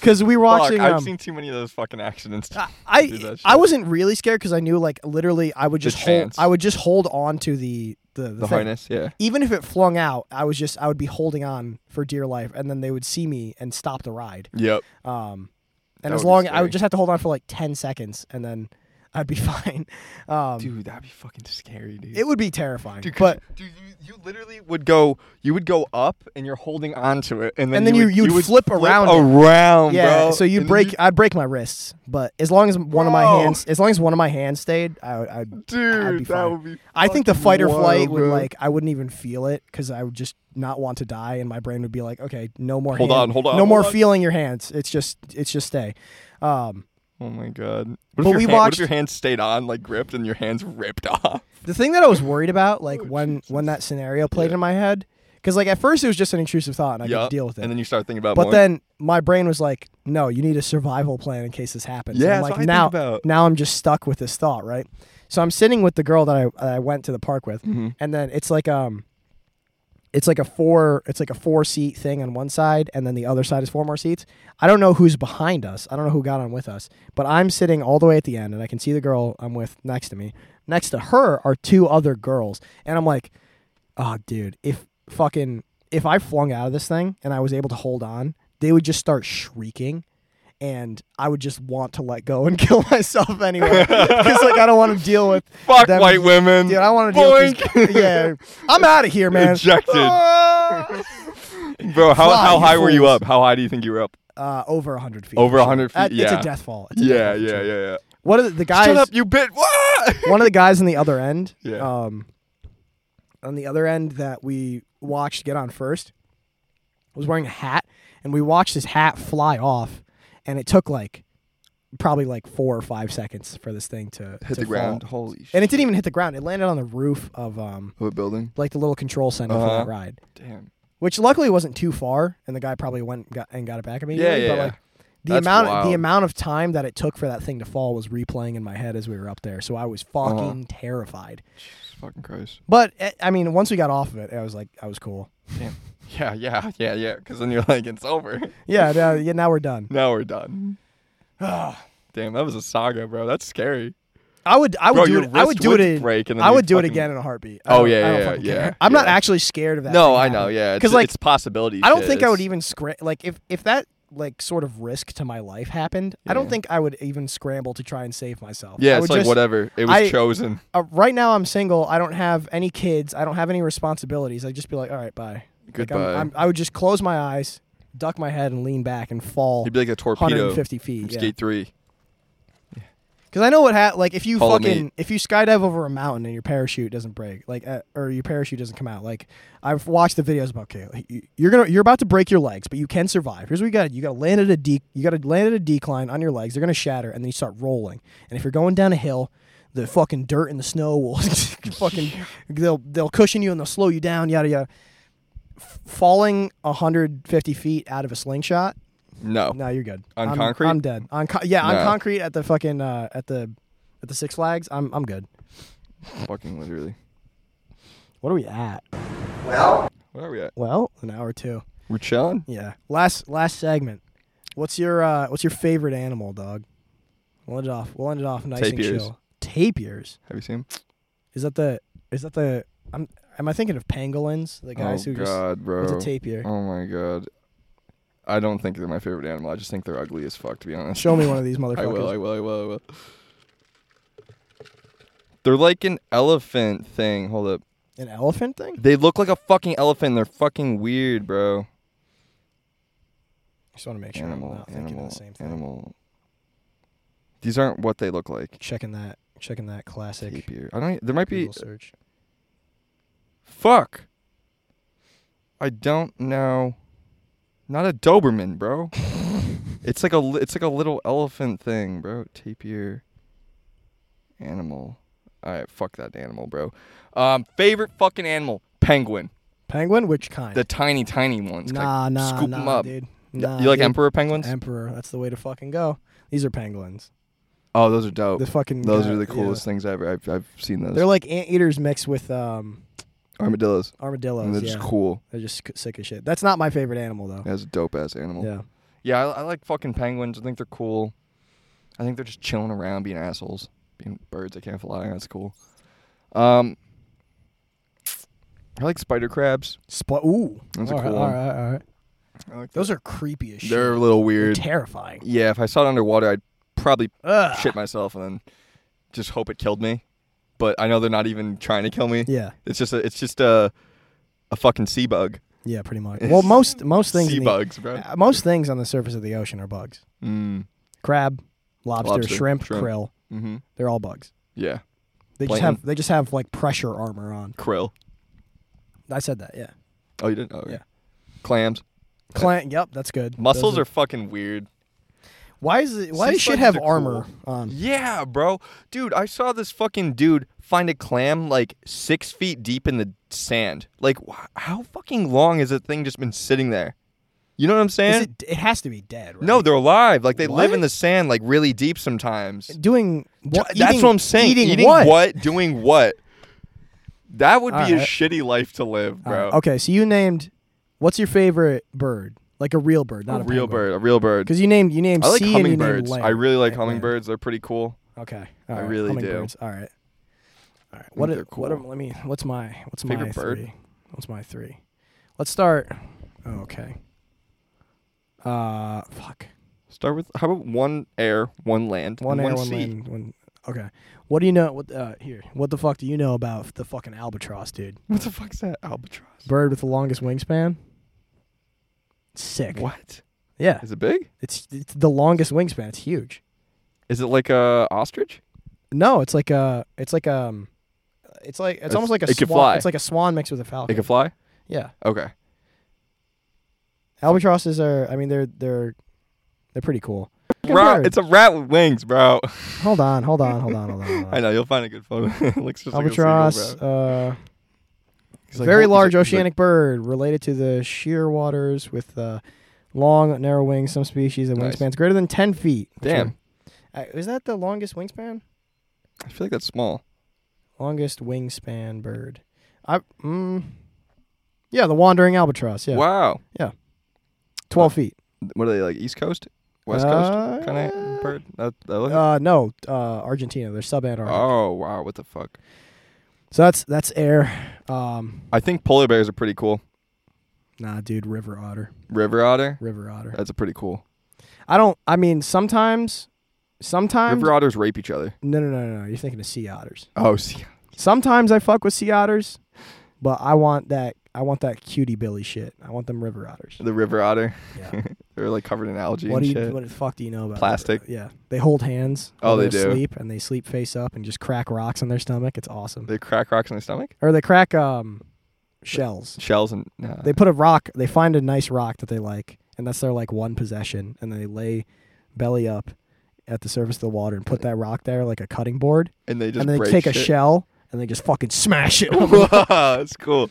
Speaker 3: Because we were
Speaker 2: Fuck,
Speaker 3: watching.
Speaker 2: I've
Speaker 3: um, Ah,
Speaker 2: seen too many of those fucking accidents.
Speaker 3: I
Speaker 2: do that
Speaker 3: I,
Speaker 2: shit.
Speaker 3: I wasn't really scared because I knew like literally I would
Speaker 2: The
Speaker 3: just hold
Speaker 2: chance.
Speaker 3: I would just hold on to the the, the,
Speaker 2: the
Speaker 3: thing.
Speaker 2: harness, yeah.
Speaker 3: Even if it flung out, I was just I would be holding on for dear life, and then they would see me and stop the ride.
Speaker 2: Yep.
Speaker 3: Um,
Speaker 2: That
Speaker 3: and
Speaker 2: would
Speaker 3: as
Speaker 2: be
Speaker 3: long I
Speaker 2: scary.
Speaker 3: would just have to hold on for like ten seconds, and then I'd be fine. Um,
Speaker 2: Dude, that'd be fucking scary, dude.
Speaker 3: it would be terrifying,
Speaker 2: Dude, 'cause
Speaker 3: but
Speaker 2: you- dude, you, you literally would go, you would go up, and you're holding onto it, and then
Speaker 3: And then you-
Speaker 2: would,
Speaker 3: you would flip around it.
Speaker 2: around,
Speaker 3: Yeah,
Speaker 2: bro.
Speaker 3: so you
Speaker 2: and then
Speaker 3: break. I'd break my wrists, but as long as one of my
Speaker 2: Bro.
Speaker 3: hands, as long as one of my hands stayed, I would. I'd, I'd be
Speaker 2: dude, that
Speaker 3: fine.
Speaker 2: would be.
Speaker 3: I think the
Speaker 2: fucking
Speaker 3: fight or
Speaker 2: wild,
Speaker 3: flight would
Speaker 2: bro.
Speaker 3: like. I wouldn't even feel it because I would just not want to die, and my brain would be like, okay, no more.
Speaker 2: Hold
Speaker 3: hand-
Speaker 2: on, hold on,
Speaker 3: No
Speaker 2: hold
Speaker 3: more
Speaker 2: on.
Speaker 3: feeling your hands. It's just. It's just stay. Um,
Speaker 2: Oh my god. What if,
Speaker 3: But
Speaker 2: your
Speaker 3: we
Speaker 2: hand, what
Speaker 3: watched-
Speaker 2: if your hand stayed on, like gripped, and your hands ripped off?
Speaker 3: the thing that I was worried about, like
Speaker 2: Oh,
Speaker 3: when when that scenario played in my head, because like at first it was just an intrusive thought, and I
Speaker 2: Yeah.
Speaker 3: could deal with it.
Speaker 2: And then you start thinking about
Speaker 3: but
Speaker 2: more.
Speaker 3: then my brain was like, "No, you need a survival plan in case this happens."
Speaker 2: Yeah,
Speaker 3: And I'm
Speaker 2: that's
Speaker 3: like
Speaker 2: what I think
Speaker 3: now,
Speaker 2: about.
Speaker 3: now I'm just stuck with this thought, right?
Speaker 2: Mm-hmm.
Speaker 3: So I'm sitting with the girl that I, I went to the park with, and then it's like um, it's like a four it's like a four seat thing on one side and then the other side is four more seats i don't know who's behind us i don't know who got on with us but i'm sitting all the way at the end and i can see the girl i'm with next to me next to her are two other girls and i'm like oh dude if fucking if i flung out of this thing and i was able to hold on they would just start shrieking and I would just want to let go and kill myself anyway, because like I don't want to deal with
Speaker 2: Fuck
Speaker 3: them-
Speaker 2: white women.
Speaker 3: Dude, I want to deal with these, yeah. I'm out of here, man.
Speaker 2: Ejected.
Speaker 3: Ah!
Speaker 2: Bro, how,
Speaker 3: Fly,
Speaker 2: how
Speaker 3: you
Speaker 2: high were you
Speaker 3: fools.
Speaker 2: up? How high do you think you were up?
Speaker 3: Uh, over 100 feet.
Speaker 2: Over
Speaker 3: for
Speaker 2: 100 feet,
Speaker 3: That- It's
Speaker 2: yeah.
Speaker 3: a death fall. It's a death
Speaker 2: Yeah,
Speaker 3: fall,
Speaker 2: yeah,
Speaker 3: sure.
Speaker 2: yeah, yeah.
Speaker 3: One of the, the guys,
Speaker 2: Shut up, you bit.
Speaker 3: one of the guys on the other end,
Speaker 2: Yeah.
Speaker 3: um, on the other end that we watched get on first, was wearing a hat, and we watched his hat fly off, and it took like probably like four or five seconds for this thing to
Speaker 2: Hit
Speaker 3: to
Speaker 2: the
Speaker 3: fall.
Speaker 2: ground. Holy shit.
Speaker 3: and it didn't even hit the ground. It landed on the roof of um,
Speaker 2: What building?
Speaker 3: like the little control center for
Speaker 2: Uh-huh.
Speaker 3: that ride.
Speaker 2: Damn.
Speaker 3: which luckily wasn't too far, and the guy probably went and got, and got it back immediately.
Speaker 2: yeah,
Speaker 3: but
Speaker 2: yeah.
Speaker 3: like the
Speaker 2: That's
Speaker 3: amount
Speaker 2: wild.
Speaker 3: the amount of time that it took for that thing to fall was replaying in my head as we were up there, so I was
Speaker 2: Uh-huh.
Speaker 3: fucking terrified.
Speaker 2: Jesus fucking Christ.
Speaker 3: But eh, I mean, once we got off of it, I was like, I was cool.
Speaker 2: Damn. Yeah, yeah, yeah, yeah. Because then you're like, it's over.
Speaker 3: Yeah, now, yeah, now we're done.
Speaker 2: Now we're done. Damn, that was a saga, bro. That's scary.
Speaker 3: I would, I would
Speaker 2: Bro,
Speaker 3: do
Speaker 2: your
Speaker 3: it. I would
Speaker 2: wrist
Speaker 3: do
Speaker 2: would
Speaker 3: it. in-
Speaker 2: break and then
Speaker 3: I
Speaker 2: you'd
Speaker 3: would do it
Speaker 2: fucking-
Speaker 3: again in a heartbeat. I
Speaker 2: Oh,
Speaker 3: don't-
Speaker 2: yeah,
Speaker 3: I don't
Speaker 2: yeah,
Speaker 3: fucking
Speaker 2: yeah,
Speaker 3: care. I'm not
Speaker 2: yeah.
Speaker 3: actually scared of that.
Speaker 2: No,
Speaker 3: thing
Speaker 2: I know.
Speaker 3: happening.
Speaker 2: Yeah, because
Speaker 3: 'Cause,
Speaker 2: like
Speaker 3: like,
Speaker 2: it's possibility.
Speaker 3: I don't
Speaker 2: shit.
Speaker 3: think I would
Speaker 2: It's-
Speaker 3: even scram like if if that like sort of risk to my life happened. I
Speaker 2: Yeah.
Speaker 3: don't think I would even scramble to try and save myself. I
Speaker 2: Yeah,
Speaker 3: would
Speaker 2: it's like
Speaker 3: just-
Speaker 2: whatever. It was
Speaker 3: I-
Speaker 2: chosen.
Speaker 3: uh, right now I'm single. I don't have any kids. I don't have any responsibilities. I'd just be like, all right, bye. Like, I'm-
Speaker 2: Goodbye.
Speaker 3: I'm- i would just close my eyes, duck my head, and lean back and fall
Speaker 2: You'd be like a torpedo.
Speaker 3: 150 feet.
Speaker 2: From
Speaker 3: Because
Speaker 2: Skate three.
Speaker 3: I know what ha- like if you
Speaker 2: Follow me.
Speaker 3: fucking if you skydive over a mountain and your parachute doesn't break, like uh, or your parachute doesn't come out. Like I've watched the videos about okay, like, you- you're gonna you're about to break your legs, but you can survive. Here's what you got: you got to land at a de- you got to land at a decline on your legs. They're gonna shatter, and then you start rolling. And if you're going down a hill. The fucking dirt and the snow will fucking they'll they'll cushion you and they'll slow you down yada yada. F- falling 150 feet out of a slingshot
Speaker 2: No.
Speaker 3: no, you're good.
Speaker 2: On
Speaker 3: I'm,
Speaker 2: concrete?
Speaker 3: I'm dead. On co- yeah, on
Speaker 2: No.
Speaker 3: concrete at the fucking uh, at the at the Six Flags. I'm I'm good.
Speaker 2: Fucking literally.
Speaker 3: What are we at?
Speaker 2: Where are we at?
Speaker 3: Well, an hour two.
Speaker 2: We're chilling.
Speaker 3: Yeah. Last last segment. What's your uh, what's your favorite animal, dog? We'll end it off. We'll end it off nice and
Speaker 2: Tapirs.
Speaker 3: chill. Tapirs.
Speaker 2: Have you seen? 'em?
Speaker 3: Is that the is that the I'm am I thinking of pangolins? The guys
Speaker 2: oh
Speaker 3: who
Speaker 2: God, bro.
Speaker 3: just what's a tapir?
Speaker 2: Oh my god. I don't think they're my favorite animal. I just think they're ugly as fuck, to be honest.
Speaker 3: Show me one of these motherfuckers.
Speaker 2: I will, I will, I will, I will. They're like an elephant thing. Hold up.
Speaker 3: An elephant thing?
Speaker 2: They look like a fucking elephant. They're fucking weird, bro.
Speaker 3: Just want to make sure I'm
Speaker 2: Animal,
Speaker 3: not thinking of
Speaker 2: animal,
Speaker 3: the same thing.
Speaker 2: animal. These aren't what they look like.
Speaker 3: Checking that. Checking that classic.
Speaker 2: Tapir. I don't. e- There might be.
Speaker 3: Google search.
Speaker 2: Fuck. I don't know. Not a Doberman, bro. it's like a li- it's like a little elephant thing, bro. Tapir. Animal. All right, fuck that animal, bro. Um, favorite fucking animal, penguin.
Speaker 3: Penguin? Which kind?
Speaker 2: The tiny, tiny ones. Like,
Speaker 3: Nah, nah,
Speaker 2: scoop
Speaker 3: nah,
Speaker 2: 'em up.
Speaker 3: dude.
Speaker 2: Y-
Speaker 3: Nah,
Speaker 2: you like
Speaker 3: dude.
Speaker 2: emperor penguins?
Speaker 3: Emperor. That's the way to fucking go. These are penguins.
Speaker 2: oh, those are dope.
Speaker 3: The fucking
Speaker 2: those
Speaker 3: guy-
Speaker 2: are the
Speaker 3: yeah.
Speaker 2: coolest things ever. I've I've seen those.
Speaker 3: They're like anteaters mixed with um,
Speaker 2: armadillos.
Speaker 3: armadillos.
Speaker 2: And they're
Speaker 3: yeah.
Speaker 2: just cool.
Speaker 3: They're just c- sick as shit. That's not my favorite animal though.
Speaker 2: That's a dope ass animal.
Speaker 3: Yeah.
Speaker 2: Yeah, I, I like fucking penguins. I think they're cool. I think they're just chilling around, being assholes, being birds that can't fly. That's cool. Um, I like spider crabs.
Speaker 3: Spl- Ooh.
Speaker 2: That's a
Speaker 3: All right,
Speaker 2: cool
Speaker 3: all
Speaker 2: one.
Speaker 3: right, all right.
Speaker 2: I like
Speaker 3: Those are creepy as shit.
Speaker 2: They're a little
Speaker 3: They're
Speaker 2: weird.
Speaker 3: terrifying.
Speaker 2: yeah, if I saw it underwater, I'd probably
Speaker 3: Ugh.
Speaker 2: shit myself and then just hope it killed me. But I know they're not even trying to kill me.
Speaker 3: Yeah.
Speaker 2: It's just a, it's just a, a fucking sea bug.
Speaker 3: Yeah. Pretty much. Well, most most things.
Speaker 2: sea
Speaker 3: in the-
Speaker 2: bugs, bro.
Speaker 3: uh, most things on the surface of the ocean are bugs.
Speaker 2: Mm.
Speaker 3: Crab, lobster,
Speaker 2: Lobster,
Speaker 3: shrimp,
Speaker 2: shrimp.
Speaker 3: krill.
Speaker 2: Mhm.
Speaker 3: They're all bugs.
Speaker 2: Yeah.
Speaker 3: They just
Speaker 2: Plankton.
Speaker 3: have they just have like pressure armor on.
Speaker 2: Krill.
Speaker 3: I said that. Yeah.
Speaker 2: Oh, you didn't. Oh, okay.
Speaker 3: Yeah.
Speaker 2: Clams.
Speaker 3: Clan. Yep. That's good.
Speaker 2: Mussels
Speaker 3: Those
Speaker 2: are fucking weird.
Speaker 3: Why is it? Why
Speaker 2: Sea
Speaker 3: does shit
Speaker 2: sponges
Speaker 3: have
Speaker 2: are
Speaker 3: armor
Speaker 2: cool.
Speaker 3: on?
Speaker 2: Yeah, bro. Dude, I saw this fucking dude find a clam like six feet deep in the sand. Like, wh- how fucking long has the thing just been sitting there? You know what I'm
Speaker 3: Is
Speaker 2: saying?
Speaker 3: it, it has to be dead. Right?
Speaker 2: no, they're alive. Like, they live in
Speaker 3: What?
Speaker 2: the sand, like, really deep sometimes.
Speaker 3: doing. What,
Speaker 2: That's
Speaker 3: eating-
Speaker 2: what I'm saying.
Speaker 3: Eating, what?
Speaker 2: Doing what? That would be
Speaker 3: All
Speaker 2: a
Speaker 3: right.
Speaker 2: shitty life to live,
Speaker 3: All
Speaker 2: bro.
Speaker 3: right, Uh, Okay, so you named what's your favorite bird? Like a real bird, not a,
Speaker 2: a real bird. A real bird.
Speaker 3: Because you named you named
Speaker 2: I like
Speaker 3: sea and you named
Speaker 2: hummingbirds.
Speaker 3: lamb.
Speaker 2: I really like
Speaker 3: Right, lamb.
Speaker 2: hummingbirds. They're pretty cool.
Speaker 3: Okay,
Speaker 2: I
Speaker 3: all right.
Speaker 2: really do.
Speaker 3: hummingbirds. All right, all right. What?
Speaker 2: they're
Speaker 3: Are, what? Are,
Speaker 2: cool.
Speaker 3: let me. What's my? What's my
Speaker 2: Favorite bird?
Speaker 3: three? What's my three? Let's start. oh, okay. Uh, fuck.
Speaker 2: Start with how about one air, one land,
Speaker 3: One
Speaker 2: and one
Speaker 3: air, one
Speaker 2: sea.
Speaker 3: land, one. Okay. What do you know? What? Uh, here. What the fuck do you know about the fucking albatross, dude?
Speaker 2: What the fuck's that? Albatross.
Speaker 3: Bird with the longest wingspan. Sick.
Speaker 2: What?
Speaker 3: Yeah.
Speaker 2: Is it big?
Speaker 3: It's it's the longest wingspan. It's huge.
Speaker 2: Is it like a ostrich?
Speaker 3: No, it's like a. It's like um. It's like it's,
Speaker 2: It's-
Speaker 3: almost like a
Speaker 2: it can
Speaker 3: swan.
Speaker 2: fly.
Speaker 3: It's like a swan mixed with a falcon.
Speaker 2: It can fly.
Speaker 3: yeah.
Speaker 2: Okay.
Speaker 3: Albatrosses are. I mean, they're they're they're pretty cool.
Speaker 2: Rat, it's a rat with wings, bro.
Speaker 3: Hold on, hold on, hold on, hold on. Hold
Speaker 2: I
Speaker 3: on.
Speaker 2: know you'll find a good photo. It Looks just
Speaker 3: Albatross,
Speaker 2: Like a seagull,
Speaker 3: uh,
Speaker 2: bro. He's like,
Speaker 3: very
Speaker 2: "Hold-" he's
Speaker 3: large
Speaker 2: like- he's like,
Speaker 3: oceanic bird related to the shearwaters with uh, long, narrow wings. Some species have
Speaker 2: Nice.
Speaker 3: wingspans greater than ten feet. which
Speaker 2: Damn.
Speaker 3: are- uh, is that the longest wingspan?
Speaker 2: I feel like that's small.
Speaker 3: Longest wingspan bird. I mm, yeah, the wandering albatross. Yeah,
Speaker 2: Wow.
Speaker 3: twelve feet.
Speaker 2: What are they like? East Coast, West
Speaker 3: Uh,
Speaker 2: Coast, kind of bird. That, that look-
Speaker 3: Uh, no, uh, Argentina. They're subantarctic.
Speaker 2: oh wow, what the fuck?
Speaker 3: So that's that's air. Um,
Speaker 2: I think polar bears are pretty cool.
Speaker 3: Nah, dude, river otter.
Speaker 2: River otter.
Speaker 3: River otter.
Speaker 2: That's a pretty cool.
Speaker 3: I don't. I mean, sometimes, sometimes.
Speaker 2: River otters rape each other.
Speaker 3: no, no, no, no, no. You're thinking of sea otters.
Speaker 2: Oh, see,
Speaker 3: Sometimes I fuck with sea otters, but I want that. I want that cutie billy shit. I want them river otters.
Speaker 2: the river otter.
Speaker 3: Yeah.
Speaker 2: They're like covered in algae
Speaker 3: what
Speaker 2: and
Speaker 3: do you?
Speaker 2: shit.
Speaker 3: What the fuck do you know about?
Speaker 2: Plastic.
Speaker 3: river- Yeah, they hold hands.
Speaker 2: Oh,
Speaker 3: while
Speaker 2: they
Speaker 3: they're
Speaker 2: do.
Speaker 3: Sleep and they sleep face up and just crack rocks on their stomach. It's awesome.
Speaker 2: they crack rocks in their stomach.
Speaker 3: or they crack um shells.
Speaker 2: Shells and nah.
Speaker 3: They put a rock. They find a nice rock that they like, and that's their like one possession. And then they lay belly up at the surface of the water and put that rock there like a cutting board.
Speaker 2: and they just
Speaker 3: and then they
Speaker 2: break
Speaker 3: take
Speaker 2: shit.
Speaker 3: a shell and they just fucking smash it.
Speaker 2: Wow, that's cool.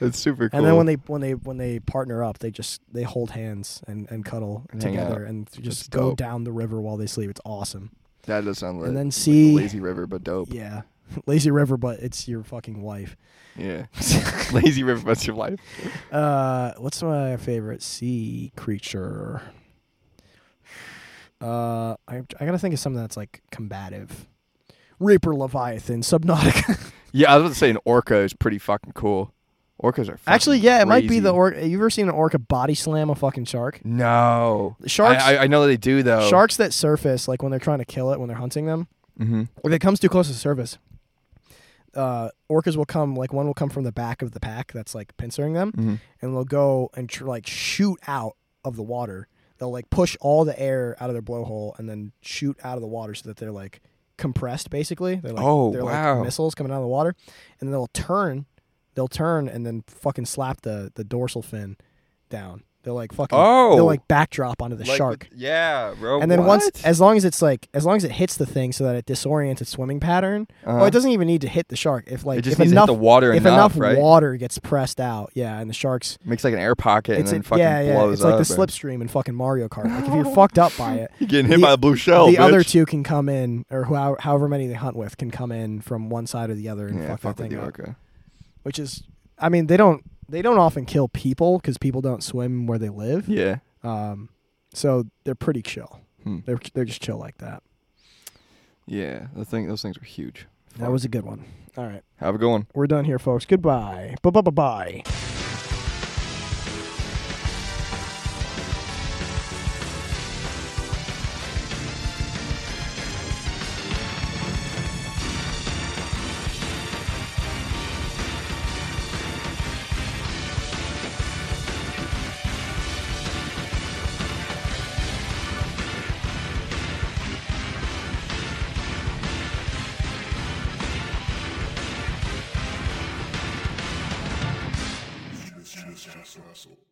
Speaker 2: That's super cool.
Speaker 3: And then when they when they when they partner up, they just they hold hands and and cuddle
Speaker 2: And hang
Speaker 3: together and just
Speaker 2: That's
Speaker 3: go
Speaker 2: dope.
Speaker 3: down the river while they sleep. It's awesome.
Speaker 2: that does sound like
Speaker 3: and then
Speaker 2: a
Speaker 3: see,
Speaker 2: lazy river, but dope.
Speaker 3: yeah, lazy river, but it's your fucking wife.
Speaker 2: Yeah, lazy river, that's your life.
Speaker 3: Uh, what's my favorite sea creature? Uh, I, I gotta think of something that's like combative. Reaper, Leviathan, Subnautica.
Speaker 2: Yeah, I was about to say an orca is pretty fucking cool. Orcas are fucking
Speaker 3: Actually, yeah, it might be the
Speaker 2: crazy.
Speaker 3: orc. You ever seen an orca body slam a fucking shark?
Speaker 2: No,
Speaker 3: Sharks-
Speaker 2: I, oh. I, I know they do though.
Speaker 3: Sharks that surface, like when they're trying to kill it, when they're hunting them,
Speaker 2: hmm
Speaker 3: if it comes too close to the surface, uh, orcas will come. Like one will come from the back of the pack that's like pincering them,
Speaker 2: Mhm.
Speaker 3: and they'll go and tr- like shoot out of the water. They'll like push all the air out of their blowhole and then shoot out of the water so that they're like compressed. Basically, they're like
Speaker 2: Oh,
Speaker 3: they're
Speaker 2: wow.
Speaker 3: like missiles coming out of the water, and they'll turn, they'll turn and then fucking slap the the dorsal fin down. They'll like fucking
Speaker 2: Oh.
Speaker 3: they'll like backdrop onto the
Speaker 2: Like
Speaker 3: shark.
Speaker 2: with- yeah, bro.
Speaker 3: And then once,
Speaker 2: what?
Speaker 3: as long as it's like, as long as it hits the thing so that it disorients its swimming pattern,
Speaker 2: Uh-huh.
Speaker 3: well, oh, it doesn't even need to hit the shark. If like,
Speaker 2: It just
Speaker 3: if
Speaker 2: needs to hit
Speaker 3: enough,
Speaker 2: the water
Speaker 3: if
Speaker 2: enough,
Speaker 3: enough
Speaker 2: right?
Speaker 3: water gets pressed out, yeah, and the sharks,
Speaker 2: makes like an air pocket
Speaker 3: it's
Speaker 2: and then
Speaker 3: a-
Speaker 2: fucking
Speaker 3: yeah, yeah,
Speaker 2: blows
Speaker 3: it's like
Speaker 2: up.
Speaker 3: the
Speaker 2: bro.
Speaker 3: slipstream in fucking Mario Kart. Like if you're fucked up by it,
Speaker 2: You're getting hit
Speaker 3: The-
Speaker 2: by a blue shell.
Speaker 3: the other
Speaker 2: bitch.
Speaker 3: two can come in, or who, however many they hunt with can come in from one side or the other and
Speaker 2: Yeah,
Speaker 3: fuck,
Speaker 2: fuck
Speaker 3: that
Speaker 2: with
Speaker 3: thing
Speaker 2: the
Speaker 3: up.
Speaker 2: orca.
Speaker 3: Which is, I mean, they don't they don't often kill people because people don't swim where they live.
Speaker 2: Yeah.
Speaker 3: Um, so they're pretty chill.
Speaker 2: Hmm.
Speaker 3: They're they're just chill like that.
Speaker 2: Yeah, the thing, those things were huge.
Speaker 3: That was a good one. All right.
Speaker 2: Have a good one.
Speaker 3: We're done here, folks. Goodbye. Bye bye bye bye.
Speaker 1: Just hustle.